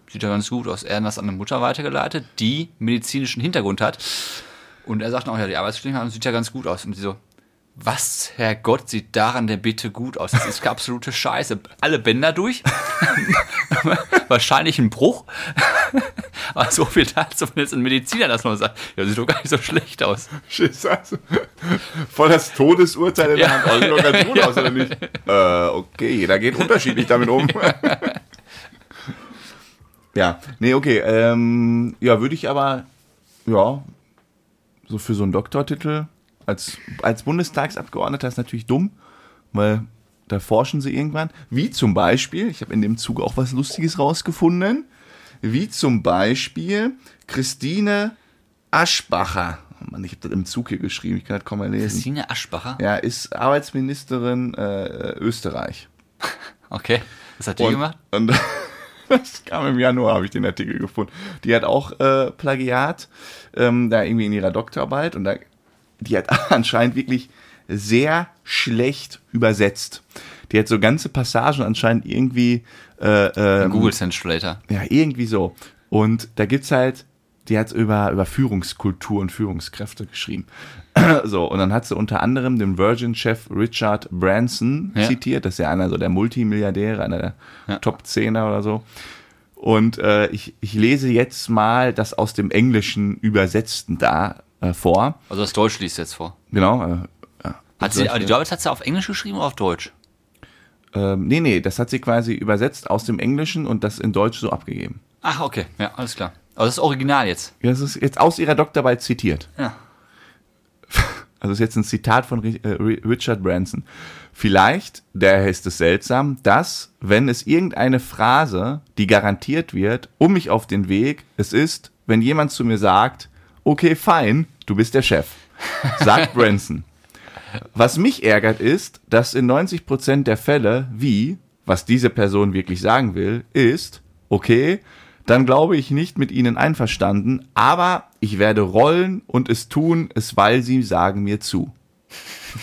S2: sieht ja ganz gut aus. Er hat das an eine Mutter weitergeleitet, die medizinischen Hintergrund hat. Und er sagt auch, ja, die Arbeitsgelegenheit sieht ja ganz gut aus. Und sie so, was, Herr Gott, sieht daran denn bitte gut aus? Das ist absolute Scheiße. Alle Bänder durch. Wahrscheinlich ein Bruch. Aber so viel dazu, wenn jetzt ein Mediziner das mal sagt. Ja, sieht doch gar nicht so schlecht aus.
S1: Schiss, also, voll das Todesurteil in der
S2: Ja.
S1: Hand. Also, sieht doch ganz gut aus, oder nicht? Äh, okay, jeder geht unterschiedlich damit um. ja, nee, okay. Ähm, ja, würde ich aber, ja, so für so einen Doktortitel als, als Bundestagsabgeordneter ist natürlich dumm, weil da forschen sie irgendwann. Wie zum Beispiel, ich habe in dem Zuge auch was Lustiges rausgefunden, wie zum Beispiel Christine Aschbacher. Oh Mann, ich habe das im Zug hier geschrieben, ich kann das kaum mal lesen.
S2: Christine Aschbacher?
S1: Ja, ist Arbeitsministerin äh, Österreich.
S2: Okay. Was hat die
S1: Und-
S2: gemacht?
S1: Und das kam im Januar, habe ich den Artikel gefunden. Die hat auch äh, Plagiat, ähm, da irgendwie in ihrer Doktorarbeit und da, die hat anscheinend wirklich sehr schlecht übersetzt. Die hat so ganze Passagen anscheinend irgendwie äh, ähm,
S2: Google Translator.
S1: ja, irgendwie so. Und da gibt's halt, die hat über, über Führungskultur und Führungskräfte geschrieben. so, und dann hat sie unter anderem den Virgin-Chef Richard Branson
S2: Ja.
S1: zitiert. Das ist ja einer so der Multimilliardäre, einer der Top-10er oder so. Und äh, ich, ich lese jetzt mal das aus dem Englischen Übersetzten da äh, vor.
S2: Also das Deutsch liest jetzt vor.
S1: Genau.
S2: Hat sie, also- aber die Arbeit hat sie auf Englisch geschrieben oder auf Deutsch?
S1: Äh, äh, nee, nee, das hat sie quasi übersetzt aus dem Englischen und das in Deutsch so abgegeben.
S2: Ach, okay. Ja, alles klar. Also das ist original jetzt.
S1: Das ist jetzt aus ihrer Doktorarbeit zitiert.
S2: Ja.
S1: Also ist jetzt ein Zitat von Ri- äh, Ri- Richard Branson. Vielleicht, daher ist es seltsam, dass, wenn es irgendeine Phrase, die garantiert wird, um mich auf den Weg, es ist, wenn jemand zu mir sagt, okay, fein, du bist der Chef, sagt Branson. Was mich ärgert ist, dass in 90% der Fälle, wie, was diese Person wirklich sagen will, ist, okay, dann glaube ich nicht mit ihnen einverstanden, aber ich werde rollen und es tun, es weil sie sagen mir zu.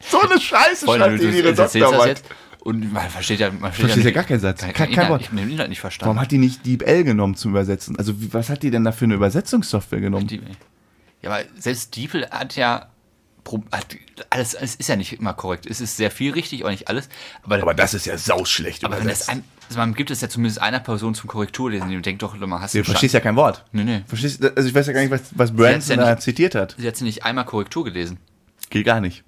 S1: so eine Scheiße
S2: Freunde,
S1: schreibt
S2: du,
S1: die in
S2: du
S1: ihre
S2: erzählst das
S1: Doktorarbeit.
S2: jetzt und man versteht ja, man versteht
S1: Verstehst ja
S2: ja,
S1: gar keinen Satz.
S2: nicht,
S1: Kein, kein
S2: Inhalt,
S1: Wort.
S2: ich hab den Inhalt nicht verstanden.
S1: Warum hat die nicht DeepL genommen zum Übersetzen? Also wie- was hat die denn da für eine Übersetzungssoftware genommen?
S2: Die- Ja, aber selbst Diepel hat ja Pro- hat alles, es ist ja nicht immer korrekt. Es ist sehr viel richtig, auch nicht alles. Aber,
S1: Aber das ist ja sauschlecht
S2: aber wenn das ein, also man gibt es ja zumindest einer Person zum Korrekturlesen, die denkt doch, man hast
S1: Du
S2: einen Stand.
S1: verstehst ja kein Wort.
S2: Nee, nee.
S1: Verstehst, also ich weiß ja gar nicht, was, was
S2: hat's ja
S1: Branson da
S2: nicht-
S1: zitiert hat.
S2: Sie hat sie nicht einmal Korrektur gelesen.
S1: Geht gar nicht.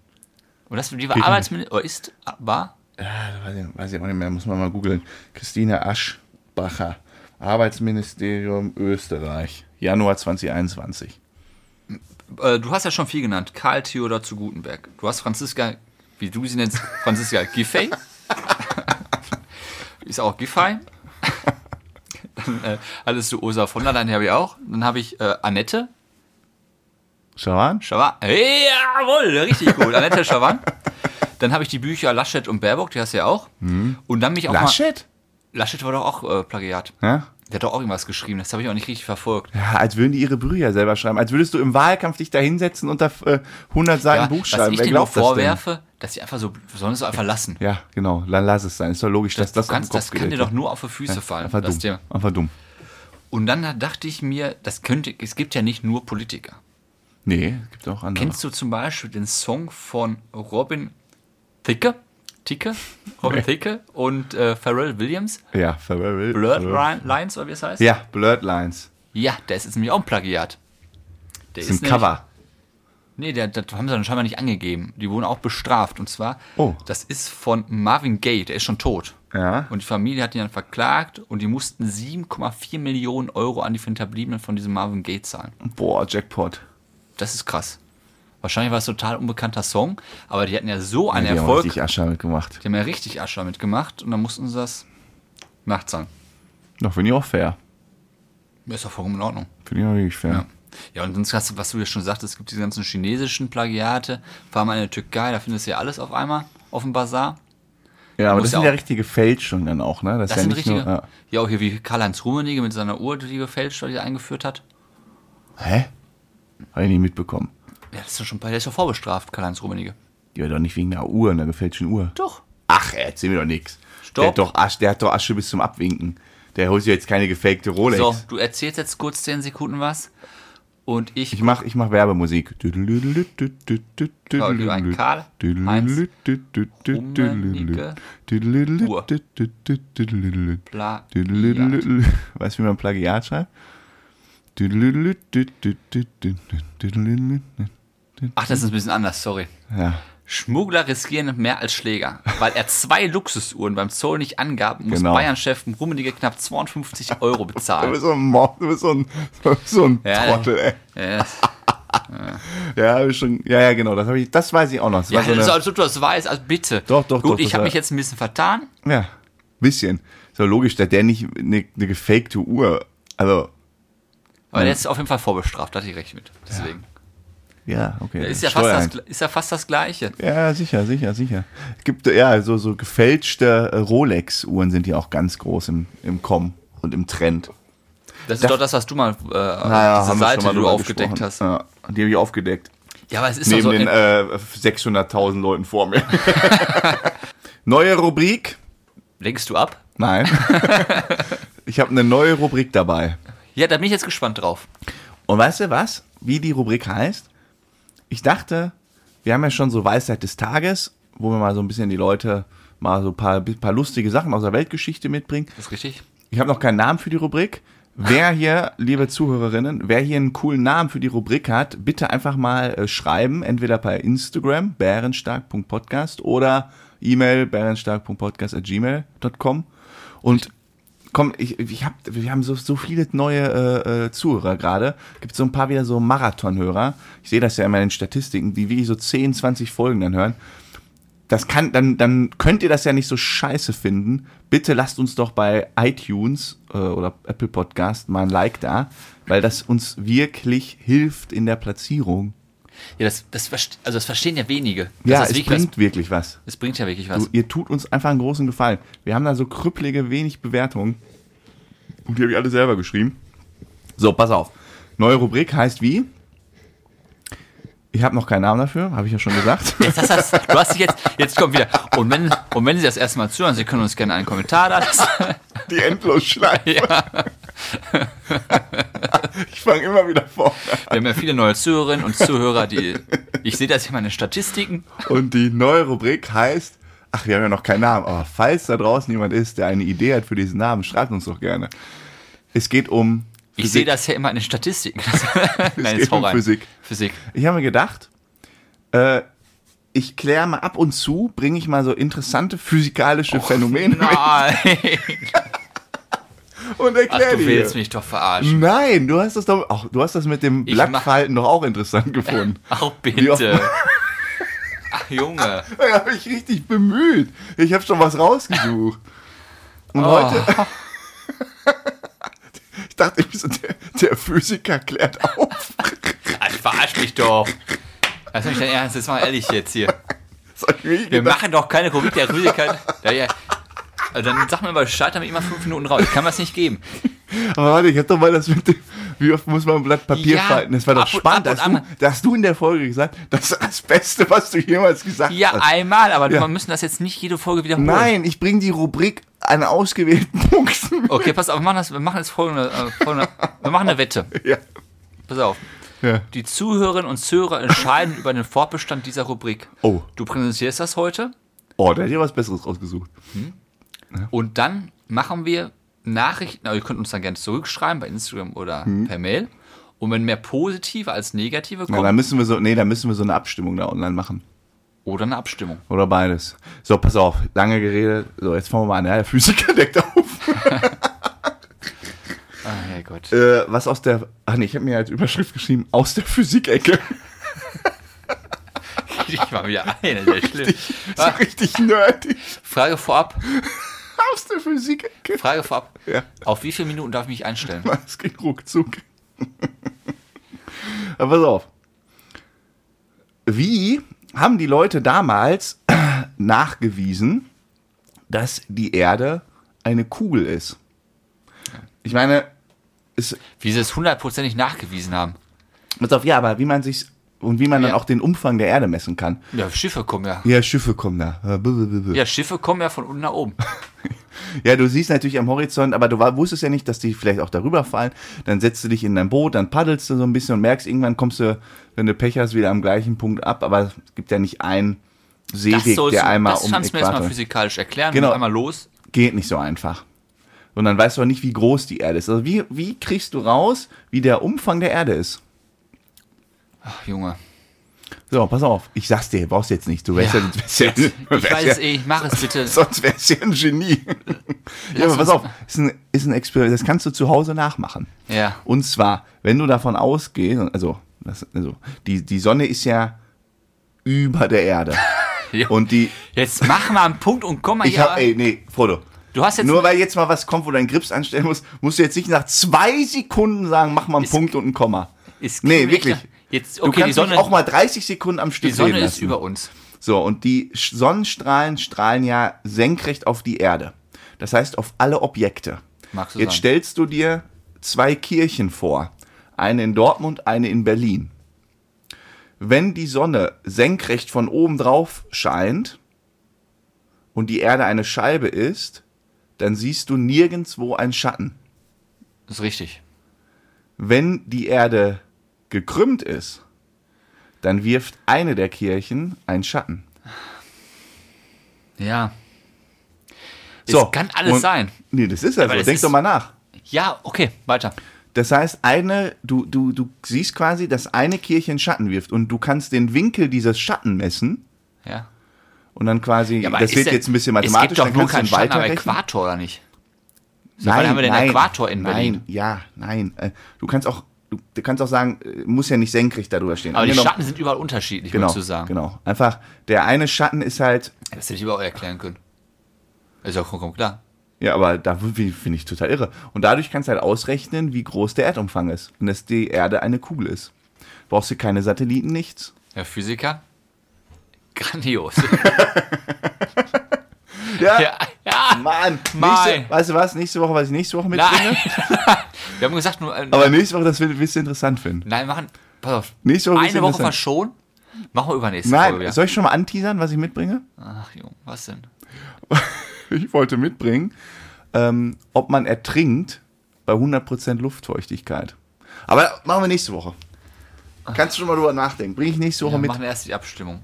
S2: Und das die war Arbeitsminister, oder oh, ist, war
S1: ja, weiß ich, weiß ich auch nicht mehr, muss man mal googeln. Christine Aschbacher, Arbeitsministerium Österreich, Januar 2021.
S2: Äh, du hast ja schon viel genannt. Karl Theodor zu Gutenberg. Du hast Franziska, wie du sie nennst, Franziska Giffey. Ist auch Giffey. Dann äh, hattest du Osa von der Leyen, die habe ich auch. Dann habe ich äh, Annette
S1: Schawan?
S2: Schawan. Hey, jawohl, richtig gut. Annette Schawan. Dann habe ich die Bücher Laschet und Baerbock, die hast du ja auch. Und dann mich auch
S1: Laschet?
S2: mal... Laschet war doch auch äh, Plagiat.
S1: Ja?
S2: Der hat doch auch irgendwas geschrieben, das habe ich auch nicht richtig verfolgt.
S1: ja, als würden die ihre Bücher selber schreiben. Als würdest du im Wahlkampf dich da hinsetzen und da äh, 100 Seiten Buch
S2: was
S1: schreiben.
S2: ich
S1: Wer
S2: denen nur
S1: glaubt das denn?
S2: vorwerfe, dass sie einfach so, sollen es einfach lassen.
S1: Ja, genau. Dann lass es sein. Ist doch logisch, dass das
S2: du kannst, das kann dir doch nur auf die Füße fallen.
S1: Einfach
S2: Das
S1: dumm.
S2: Thema.
S1: Einfach dumm.
S2: Und dann dachte ich mir, das könnte, es gibt ja nicht nur Politiker.
S1: Nee, es gibt auch andere.
S2: Kennst du zum Beispiel den Song von Robin Thicke? Ticke? Robin Thicke und äh, Pharrell Williams?
S1: ja, Pharrell.
S2: Blurred
S1: Pharrell.
S2: Ri- Lines, oder wie es heißt?
S1: Ja, Blurred Lines.
S2: Ja, der ist jetzt nämlich auch ein Plagiat. Der
S1: Das ist ein
S2: nämlich-
S1: Cover.
S2: Nee, der, das haben sie dann scheinbar nicht angegeben. Die wurden auch bestraft. Und zwar,
S1: Oh.
S2: das ist von Marvin Gaye, der ist schon tot.
S1: Ja.
S2: Und die Familie hat ihn dann verklagt und die mussten 7,4 Millionen Euro an die Hinterbliebenen von diesem Marvin Gaye zahlen.
S1: Boah, Jackpot.
S2: Das ist krass. Wahrscheinlich war es ein total unbekannter Song, aber die hatten ja so einen
S1: Die haben
S2: Erfolg.
S1: richtig Asche halt mitgemacht.
S2: Die haben ja richtig Asche damit gemacht und dann mussten sie das nachzahlen.
S1: Doch, finde ich auch fair.
S2: Ist doch vollkommen in Ordnung.
S1: Finde ich auch wirklich fair.
S2: Ja. Ja, und sonst hast du, was du ja schon sagtest, es gibt diese ganzen chinesischen Plagiate. Fahr mal in die Türkei, da findest du ja alles auf einmal auf dem Bazar.
S1: Ja, aber
S2: Muss
S1: das
S2: ja
S1: sind ja
S2: auch-
S1: richtige Fälschungen dann auch, ne? Das,
S2: Das
S1: ist ja
S2: sind
S1: nicht
S2: richtige.
S1: nur. Ja.
S2: ja, auch hier wie Karl-Heinz Rummenigge mit seiner Uhr, die gefälscht, die er eingeführt hat.
S1: Hä? Habe ich nicht mitbekommen.
S2: Ja, das ist doch schon bei, der ist doch vorbestraft, Karl-Heinz Rummenigge.
S1: Die war doch nicht wegen einer Uhr, einer gefälschten Uhr.
S2: Doch.
S1: Ach, erzähl mir doch nichts.
S2: Stopp.
S1: Der hat doch Asche, der hat doch Asche bis zum Abwinken. Der holt sich jetzt keine gefakte Rolex.
S2: So, du erzählst jetzt kurz 10 Sekunden was und ich,
S1: Ich mach, ich mach Werbemusik.
S2: ein Karl, Heinz, Rummenigge, Uhr. Pla-
S1: Weißt du, wie man Plagiat schreibt?
S2: Ach, das ist ein bisschen anders, sorry.
S1: Ja,
S2: Schmuggler riskieren mehr als Schläger, weil er zwei Luxusuhren beim Zoll nicht angab, muss
S1: Genau.
S2: Bayern-Chef Rummenigge knapp 52 Euro
S1: du
S2: bezahlen.
S1: bist so ein Mord, du bist so ein, du bist so ein
S2: Ja.
S1: Trottel, ey.
S2: Ja, das-
S1: Ja, hab ich schon, ja, ja, genau, das, hab ich, das weiß ich auch noch. Das
S2: ja,
S1: war so
S2: das
S1: eine,
S2: ist, als ob du das weißt, also bitte.
S1: Doch, doch,
S2: Gut,
S1: doch,
S2: ich
S1: das
S2: habe
S1: war-
S2: mich jetzt ein bisschen vertan.
S1: Ja, bisschen. Ist doch logisch, dass der nicht eine, eine gefakte Uhr, also,
S2: Aber der ist auf jeden Fall vorbestraft, da hatte ich recht mit. Deswegen.
S1: ja, okay.
S2: Ist, ja fast
S1: Steuern.
S2: das, ist ja fast das Gleiche.
S1: Ja, sicher, sicher, sicher. Es gibt äh, ja so, so gefälschte äh, Rolex-Uhren sind ja auch ganz groß im, im Kommen und im Trend.
S2: Das ist doch das, was du mal, äh, diese
S1: haben wir schon
S2: Seite, die du
S1: drüber
S2: aufgedeckt
S1: gesprochen.
S2: hast. Ja.
S1: Ja, die habe ich aufgedeckt.
S2: aber es ist
S1: Neben
S2: doch so.
S1: den
S2: in-
S1: äh, 600.000 Leuten vor mir. neue Rubrik?
S2: Lenkst du ab?
S1: Nein. ich habe eine neue Rubrik dabei.
S2: Ja, da bin ich jetzt gespannt drauf.
S1: Und weißt du was? Wie die Rubrik heißt? Ich dachte, wir haben ja schon so Weisheit des Tages, wo wir mal so ein bisschen die Leute mal so ein paar, paar lustige Sachen aus der Weltgeschichte mitbringen.
S2: Ist richtig?
S1: Ich habe noch keinen Namen für die Rubrik. Wer hier, liebe Zuhörerinnen, wer hier einen coolen Namen für die Rubrik hat, bitte einfach mal äh, schreiben, entweder per Instagram, bärenstark.podcast oder E-Mail, bärenstark.podcast.gmail.com. Und komm, ich, ich hab, wir haben so, so viele neue äh, äh, Zuhörer gerade. Gibt so ein paar wieder so Marathonhörer. Ich sehe das ja immer in den Statistiken, die wirklich so 10, 20 Folgen dann hören das kann, dann, dann könnt ihr das ja nicht so scheiße finden. Bitte lasst uns doch bei iTunes äh, oder Apple Podcast mal ein Like da, weil das uns wirklich hilft in der Platzierung.
S2: Ja, das, das, verste- also das verstehen ja wenige.
S1: Ja,
S2: das
S1: es
S2: ist wirklich, Also
S1: bringt wirklich was.
S2: das, es bringt ja wirklich was.
S1: Du, ihr tut uns einfach einen großen Gefallen. Wir haben da so krüppelige wenig Bewertungen. Und die habe ich alle selber geschrieben. So, pass auf. Neue Rubrik heißt wie? Ich habe noch keinen Namen dafür, habe ich ja schon gesagt.
S2: Das hast, du hast dich jetzt, jetzt kommt wieder. Und wenn, und wenn Sie das erste Mal zuhören, Sie können uns gerne einen Kommentar da lassen.
S1: Die Endlosschleife.
S2: Ja.
S1: Ich fange immer wieder vorne an.
S2: Wir haben ja viele neue Zuhörerinnen und Zuhörer, die, ich sehe das hier in meinen Statistiken.
S1: Und die neue Rubrik heißt, ach, wir haben ja noch keinen Namen, aber falls da draußen jemand ist, der eine Idee hat für diesen Namen, schreibt uns doch gerne. Es geht um
S2: Ich sehe das ja immer in den Statistiken. Nein,
S1: geht um Physik.
S2: Physik.
S1: Ich habe mir gedacht, äh, ich kläre mal ab und zu, bringe ich mal so interessante physikalische Phänomene
S2: Nein,
S1: mit und
S2: Ach,
S1: erkläre
S2: du
S1: die.
S2: willst
S1: dir.
S2: mich doch verarschen.
S1: Nein, du hast das doch, ach, du hast das mit dem
S2: Ich mach-
S1: Blattfalten doch auch interessant gefunden.
S2: Ach bitte. Ach Junge.
S1: Da habe ich richtig bemüht. Ich habe schon was rausgesucht.
S2: Oh.
S1: Und heute. ich dachte, ich bin so der, der Physiker klärt auf.
S2: Ach, verarsch mich doch. Das ist nicht dein Ernst, jetzt mal ehrlich jetzt hier.
S1: Das hab ich mir
S2: Wir
S1: gedacht.
S2: machen doch keine Covid der Rüdigkeit. Ja, ja. Also Dann sag mir mal Bescheid, damit immer fünf Minuten raus. Ich kann mir das nicht geben.
S1: Aber warte, ich hab doch mal das mit dem. Wie oft muss man ein Blatt Papier
S2: Ja,
S1: falten? Das war doch
S2: ab und-
S1: spannend.
S2: ab und
S1: dass, du,
S2: an.
S1: dass du in der Folge gesagt hast, das ist das Beste, was du jemals gesagt
S2: Ja,
S1: hast.
S2: einmal, aber
S1: Ja.
S2: wir müssen das jetzt nicht jede Folge wiederholen.
S1: Nein, ich bringe die Rubrik an ausgewählten Punkten.
S2: Okay, pass auf, wir machen, das, wir machen jetzt folgende, äh, folgende. Wir machen eine Wette.
S1: Ja.
S2: Pass auf.
S1: Ja.
S2: Die Zuhörerinnen und Zuhörer entscheiden über den Fortbestand dieser Rubrik.
S1: Oh.
S2: Du präsentierst das heute
S1: Oh, da hätte ich was Besseres rausgesucht.
S2: und dann machen wir Nachrichten. Also ihr könnt uns dann gerne zurückschreiben bei Instagram oder
S1: Hm.
S2: per Mail. Und wenn mehr positive als negative
S1: Na,
S2: kommen,
S1: da müssen wir so, nee, da müssen wir so eine Abstimmung da online machen.
S2: oder eine Abstimmung.
S1: Oder beides. So, pass auf, lange geredet. So, jetzt fangen wir mal an. Ja, der Physiker deckt auf.
S2: Ah, Herrgott.
S1: Äh, was aus der. Ach nee, ich habe mir als Überschrift geschrieben, aus der Physikecke.
S2: Ich war wieder ein, das ist ja schlimm.
S1: Richtig, so richtig nerdig.
S2: Ah, Frage vorab,
S1: Aus der Physikecke.
S2: Frage vorab.
S1: Ja.
S2: Auf wie viele Minuten darf ich mich einstellen?
S1: Das ging ruckzuck. Aber pass auf. Wie haben die Leute damals nachgewiesen, dass die Erde eine Kugel ist? Ich meine, es,
S2: Wie sie es hundertprozentig nachgewiesen haben.
S1: Pass auf, ja, aber wie man sich und wie man dann
S2: Ja.
S1: auch den Umfang der Erde messen kann.
S2: Ja, Schiffe kommen ja.
S1: Ja, Schiffe kommen da. Äh, bl- bl- bl- bl.
S2: Ja, Schiffe kommen ja von unten nach oben.
S1: Ja, du siehst natürlich am Horizont, aber du wa- wusstest ja nicht, dass die vielleicht auch darüber fallen. Dann setzt du dich in dein Boot, dann paddelst du so ein bisschen und merkst, irgendwann kommst du, wenn du Pech hast, wieder am gleichen Punkt ab. Aber es gibt ja nicht einen Seeweg,
S2: sollst
S1: der
S2: du-
S1: einmal
S2: das
S1: um
S2: kannst du mir jetzt mal
S1: Äquator.
S2: physikalisch erklären.
S1: Genau.
S2: Genau. Einmal los.
S1: Geht nicht so einfach. Und dann weißt du auch nicht, wie groß die Erde ist. Also wie, wie kriegst du raus, wie der Umfang der Erde ist?
S2: Ach, Junge.
S1: So, pass auf. Ich sag's dir, brauchst jetzt nicht. Du wärst ja,
S2: Ja,
S1: du wärst ja,
S2: Ich
S1: wärst
S2: weiß
S1: ja
S2: es eh, ich mach es bitte.
S1: Sonst wär's ja ein Genie. ja, aber pass
S2: uns-
S1: auf, ist ein, ist ein Experiment, das kannst du zu Hause nachmachen.
S2: Ja.
S1: Und zwar, wenn du davon ausgehst, also, das, also die, die Sonne ist ja über der Erde.
S2: Ja.
S1: Und die,
S2: Jetzt mach mal einen Punkt und komm mal
S1: ich
S2: hier.
S1: hab, ey, nee, Frodo.
S2: Du hast jetzt-
S1: Nur weil jetzt mal was kommt, wo du einen Grips anstellen musst, musst du jetzt nicht nach zwei Sekunden sagen, mach mal einen
S2: Ist-
S1: Punkt und ein Komma.
S2: Ist-
S1: nee, wirklich.
S2: Jetzt,
S1: du
S2: okay,
S1: kannst
S2: die Sonne,
S1: mich auch mal 30 Sekunden am Stück
S2: die Sonne
S1: reden
S2: ist
S1: lassen.
S2: über uns.
S1: So, und die Sch- Sonnenstrahlen strahlen ja senkrecht auf die Erde. Das heißt, auf alle Objekte.
S2: Mag so
S1: Jetzt
S2: sein.
S1: stellst du dir zwei Kirchen vor. Eine in Dortmund, eine in Berlin. Wenn die Sonne senkrecht von oben drauf scheint und die Erde eine Scheibe ist, dann siehst du nirgendwo einen Schatten.
S2: Ist richtig.
S1: Wenn die Erde gekrümmt ist, dann wirft eine der Kirchen einen Schatten.
S2: Ja.
S1: So,
S2: Es kann alles
S1: und-
S2: sein.
S1: Nee, das ist ja
S2: Aber
S1: so.
S2: das
S1: Denk
S2: ist-
S1: doch mal nach.
S2: Ja, okay, weiter.
S1: Das heißt, eine, du, du, du siehst quasi, dass eine Kirche einen Schatten wirft und du kannst den Winkel dieses Schatten messen
S2: Ja.
S1: und dann quasi,
S2: Ja, aber
S1: das
S2: ist
S1: wird
S2: denn-
S1: jetzt ein bisschen
S2: Es
S1: mathematisch,
S2: gibt doch
S1: dann
S2: nur
S1: kannst du
S2: keinen
S1: ihn
S2: Schatten am
S1: weiterrechnen.
S2: Äquator, oder nicht? wann haben wir denn Äquator in Berlin?
S1: Nein, ja, nein. Äh, Du kannst auch, du, du kannst auch sagen, äh, muss ja nicht senkrecht darüber stehen.
S2: Aber die
S1: Angenommen-
S2: Schatten sind überall unterschiedlich,
S1: genau,
S2: würdest du sagen.
S1: Genau, einfach, der eine Schatten ist halt,
S2: Das hätte ich aber auch erklären können. Ist ja vollkommen klar.
S1: ja, aber da finde ich total irre. Und dadurch kannst du halt ausrechnen, wie groß der Erdumfang ist und dass die Erde eine Kugel ist. Brauchst du keine Satelliten, nichts.
S2: Herr Physiker? Grandios. ja, ja.
S1: Mann,
S2: Mai.
S1: nächste, weißt du was? Nächste Woche, was ich nächste Woche mitbringe.
S2: Nein. Wir haben gesagt, nur. äh,
S1: Aber nächste Woche, das wird- wirst du interessant finden.
S2: nein, machen. Pass auf.
S1: Nächste Woche ist
S2: eine Woche
S1: interessant.
S2: verschonen. Machen wir übernächste
S1: Nein,
S2: Folge wieder.
S1: soll ich schon mal anteasern, was ich mitbringe?
S2: Ach, Junge, was denn?
S1: Ich wollte mitbringen, ähm, ob man ertrinkt bei 100% Luftfeuchtigkeit. Aber machen wir nächste Woche. Kannst du schon mal drüber nachdenken. Bringe ich nächste Woche
S2: Wir
S1: mit.
S2: machen erst die Abstimmung.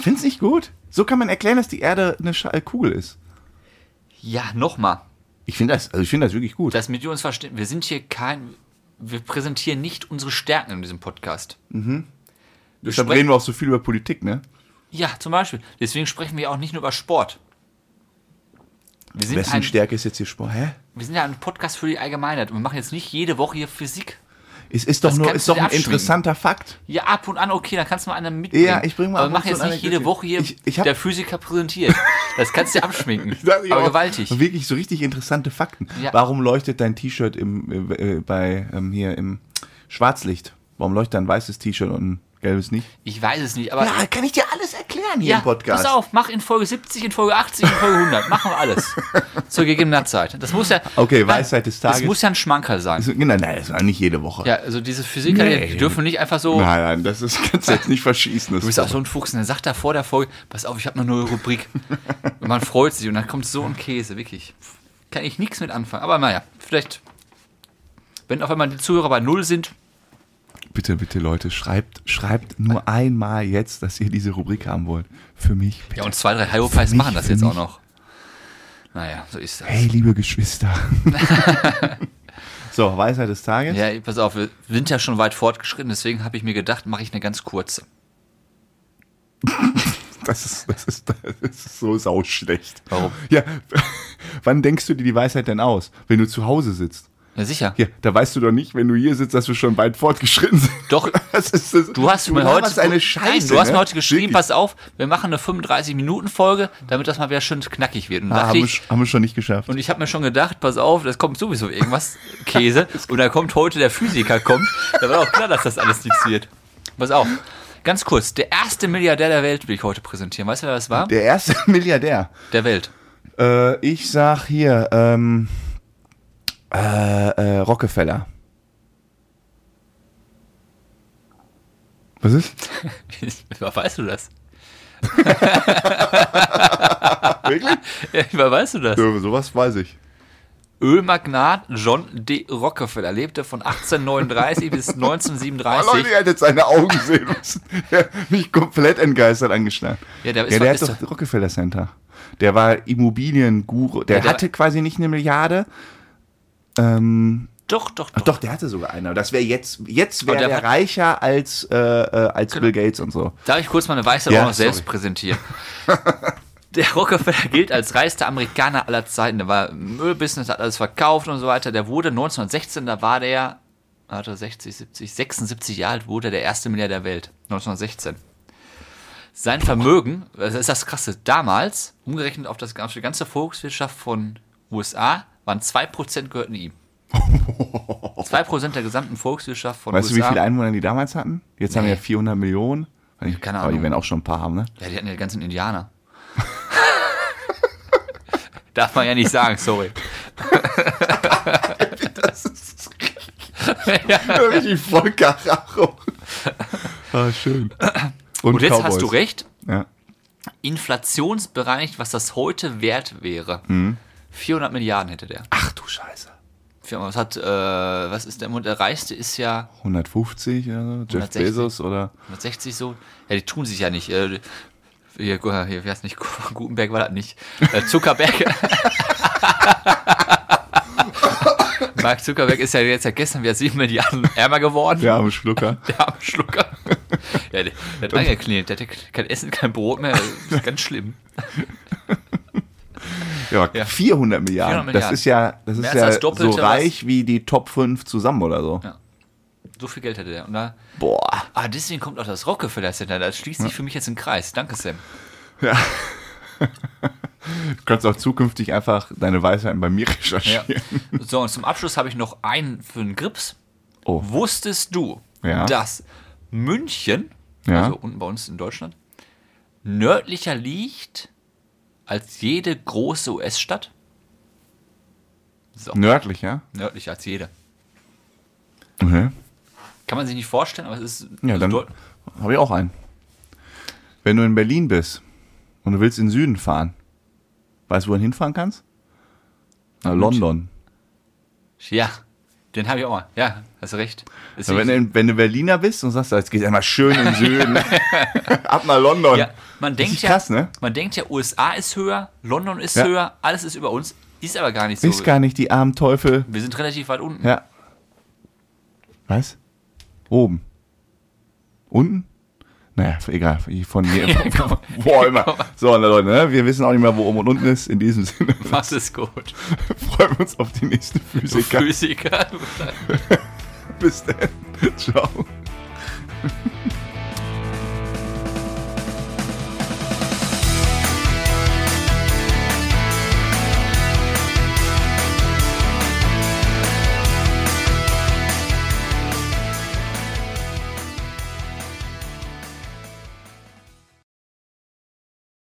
S1: Findest du nicht gut? So kann man erklären, dass die Erde eine Sche- äh, Kugel ist.
S2: Ja, nochmal.
S1: Ich finde das, also ich finde das wirklich gut.
S2: Dass wir uns verstehen. Wir sind hier kein. Wir präsentieren nicht unsere Stärken in diesem Podcast.
S1: Deshalb
S2: sprechen-
S1: reden wir auch so viel über Politik, ne?
S2: Ja, zum Beispiel. Deswegen sprechen wir auch nicht nur über Sport. Wir sind,
S1: Wessen
S2: ein,
S1: Stärke ist jetzt hier Sport? Hä?
S2: wir sind ja ein Podcast für die Allgemeinheit und wir machen jetzt nicht jede Woche hier Physik.
S1: Es ist doch
S2: Das
S1: nur
S2: kannst
S1: ist
S2: du
S1: doch
S2: dir
S1: ein
S2: abschminken.
S1: interessanter Fakt.
S2: Ja, ab und an, okay, dann kannst du mal einen mitbringen.
S1: Ja, ich bring mal
S2: Aber
S1: ab
S2: mach
S1: und
S2: jetzt
S1: zu
S2: nicht
S1: eine
S2: jede
S1: Anekdote.
S2: Woche hier
S1: Ich- ich hab-
S2: der Physiker präsentiert. Das kannst du dir abschminken.
S1: Sag ich
S2: aber
S1: auch.
S2: gewaltig.
S1: Wirklich so richtig interessante Fakten.
S2: Ja.
S1: Warum leuchtet dein T-Shirt im äh, äh, bei ähm, hier im Schwarzlicht? Warum leuchtet ein weißes T-Shirt und ein gelbes nicht?
S2: Ich weiß es nicht, aber.
S1: kann ich dir alles erklären hier
S2: Ja, pass auf, mach in Folge 70, in Folge 80, in Folge 100. Machen wir alles. Zur gegebenen Zeit. Das muss ja.
S1: Okay, Weisheit des
S2: Das
S1: Tages.
S2: muss ja ein Schmankerl sein.
S1: So, Nein, nein, das war nicht jede Woche.
S2: Ja, also diese Physiker, die- die
S1: Nee.
S2: dürfen nicht einfach so.
S1: Nein, nein, das ist, kannst du jetzt nicht verschießen. Das
S2: Du bist auch so ein Fuchs und dann sagt er vor der Folge, pass auf, ich habe eine neue Rubrik. Und man freut sich und dann kommt so ein Käse, wirklich. Kann ich nichts mit anfangen. Aber naja, vielleicht, wenn auf einmal die Zuhörer bei Null sind,
S1: bitte, bitte, Leute, schreibt, schreibt nur einmal jetzt, dass ihr diese Rubrik haben wollt. Für mich. Bitte.
S2: ja und zwei, drei Hyopies
S1: mich,
S2: machen das
S1: für
S2: jetzt auch
S1: mich.
S2: noch. Naja, so ist das.
S1: Hey, liebe Geschwister. so, Weisheit des Tages.
S2: Ja, pass auf, wir sind ja schon weit fortgeschritten, deswegen habe ich mir gedacht, mache ich eine ganz kurze.
S1: Das ist, das ist, das ist so sauschlecht.
S2: Warum?
S1: Ja, wann denkst du dir die Weisheit denn aus? Wenn du zu Hause sitzt.
S2: Ja, sicher.
S1: Ja, da weißt du doch nicht, wenn du hier sitzt, dass wir schon weit fortgeschritten sind.
S2: Doch.
S1: Das ist, das,
S2: Du hast mir
S1: laberst
S2: heute
S1: eine Scheiße.
S2: Nein, du hast
S1: ne?
S2: mir heute geschrieben,
S1: Wirklich.
S2: pass auf, wir machen eine 35 Minuten Folge, damit das mal wieder schön knackig wird. Und
S1: Ah,
S2: dachte
S1: haben, wir,
S2: ich,
S1: sch- haben wir schon nicht geschafft.
S2: Und ich habe mir schon gedacht, pass auf, das kommt sowieso irgendwas, Käse. Und da kommt heute der Physiker, kommt. Da war auch klar, dass das alles nichts wird. Pass auf, ganz kurz, der erste Milliardär der Welt will ich heute präsentieren. Weißt du, wer das war?
S1: Der erste Milliardär.
S2: Der Welt.
S1: Äh, ich sag hier, ähm, äh, äh, Rockefeller. Was ist?
S2: Wer weißt du das?
S1: Wirklich?
S2: Wer weißt du das?
S1: so, sowas weiß ich.
S2: Ölmagnat John D. Rockefeller lebte von 1839 bis
S1: Oh, Leute,
S2: 1937.
S1: ihr hättet seine Augen sehen müssen. Der hat mich komplett entgeistert angeschlagen.
S2: Ja, der ist
S1: ja,
S2: doch-
S1: der
S2: ist
S1: hat doch Rockefeller Center. Der war Immobilienguru. Der,
S2: Ja, der-
S1: hatte quasi nicht eine Milliarde. Ähm,
S2: Doch, doch,
S1: ach
S2: doch.
S1: doch, der hatte sogar eine. Aber Das wäre jetzt, jetzt
S2: Aber
S1: wäre
S2: der Genau.
S1: der,
S2: hat-
S1: reicher als, äh, äh, als Bill Gates und so.
S2: Darf ich kurz meine Weisheit
S1: Ja,
S2: auch noch
S1: sorry.
S2: selbst präsentieren? Der Rockefeller gilt als reichster Amerikaner aller Zeiten. Der war im Ölbusiness, hat alles verkauft und so weiter. Der wurde 1916, da war der, warte, 60, 70, 76 Jahre alt, wurde der erste Milliardär der Welt. 1916. Sein Vermögen, das ist das Krasse, damals, umgerechnet auf, das, auf die ganze Volkswirtschaft von USA, waren 2% gehörten ihm. 2% der gesamten Volkswirtschaft von
S1: Weißt
S2: USA.
S1: du, wie viele Einwohner die damals hatten? Jetzt haben
S2: Nee.
S1: wir 400 Millionen. Ich-
S2: Keine
S1: Aber
S2: Ahnung.
S1: die werden auch schon ein paar haben, ne?
S2: Ja, die hatten ja die ganzen Indianer. Darf man ja nicht sagen, sorry.
S1: Richtig voll Karacho. Ah, schön.
S2: Und jetzt hast du recht,
S1: Ja.
S2: inflationsbereinigt, was das heute wert wäre. 400 Milliarden hätte der.
S1: Ach du Scheiße.
S2: Was hat, äh, was ist der, und der reichste ist ja
S1: 150 oder so? Jeff
S2: 160.
S1: Bezos oder
S2: 160 so. Ja, die tun sich ja nicht. Äh, hier, gu- hier, wie heißt nicht? Gutenberg war das nicht. Äh, Zuckerberg. Mark Zuckerberg ist ja jetzt ja gestern wieder 7 Milliarden ärmer geworden.
S1: der arme Schlucker.
S2: Der arme Schlucker. ja, der, der hat lange geknillt. Der hatte kein Essen, kein Brot mehr. Das ist ganz schlimm.
S1: Ja, 400 Milliarden.
S2: 400
S1: Das ist ja, das
S2: Mehr
S1: ist
S2: als
S1: ja
S2: das Doppelte,
S1: so reich wie die Top 5 zusammen oder so.
S2: Ja. So viel Geld hatte der. Und da,
S1: Boah.
S2: ah, deswegen kommt auch das Rockefeller Center. Das schließt sich für mich jetzt ein Kreis. Danke, Sam.
S1: Du kannst auch zukünftig einfach deine Weisheiten bei mir
S2: Ja.
S1: recherchieren.
S2: So, und zum Abschluss habe ich noch einen für den Grips.
S1: Oh.
S2: Wusstest du,
S1: Ja.
S2: dass München,
S1: Ja.
S2: also unten bei uns in Deutschland, nördlicher liegt als jede große US-Stadt?
S1: Nördlich, ja?
S2: Nördlicher als jede.
S1: Okay.
S2: Kann man sich nicht vorstellen, aber es ist. also
S1: Ja,
S2: es
S1: dann
S2: deut-
S1: habe ich auch einen. Wenn du in Berlin bist und du willst in den Süden fahren, weißt du, wohin hinfahren kannst? Na, London.
S2: Ja, den habe ich auch mal. Ja, hast du recht. Ist
S1: Wenn
S2: richtig.
S1: du, wenn du Berliner bist und sagst, jetzt geht's einmal schön in den Süden, ab nach London.
S2: ja, man denkt
S1: Richtig
S2: ja,
S1: krass, ne?
S2: man denkt ja, USA ist höher, London ist
S1: Ja.
S2: höher, alles ist über uns, ist aber gar nicht so.
S1: Ist gar nicht die armen Teufel.
S2: Wir sind relativ weit unten.
S1: Ja. Was? Oben. Unten? Naja, ist egal. Von mir. wo auch immer. So, na Leute, ne? wir wissen auch nicht mehr, wo oben und unten ist. In diesem Sinne
S2: Was ist gut?
S1: freuen wir uns auf die nächsten
S2: Du
S1: Physiker.
S2: Physiker. Du
S1: Bis dann. Ciao.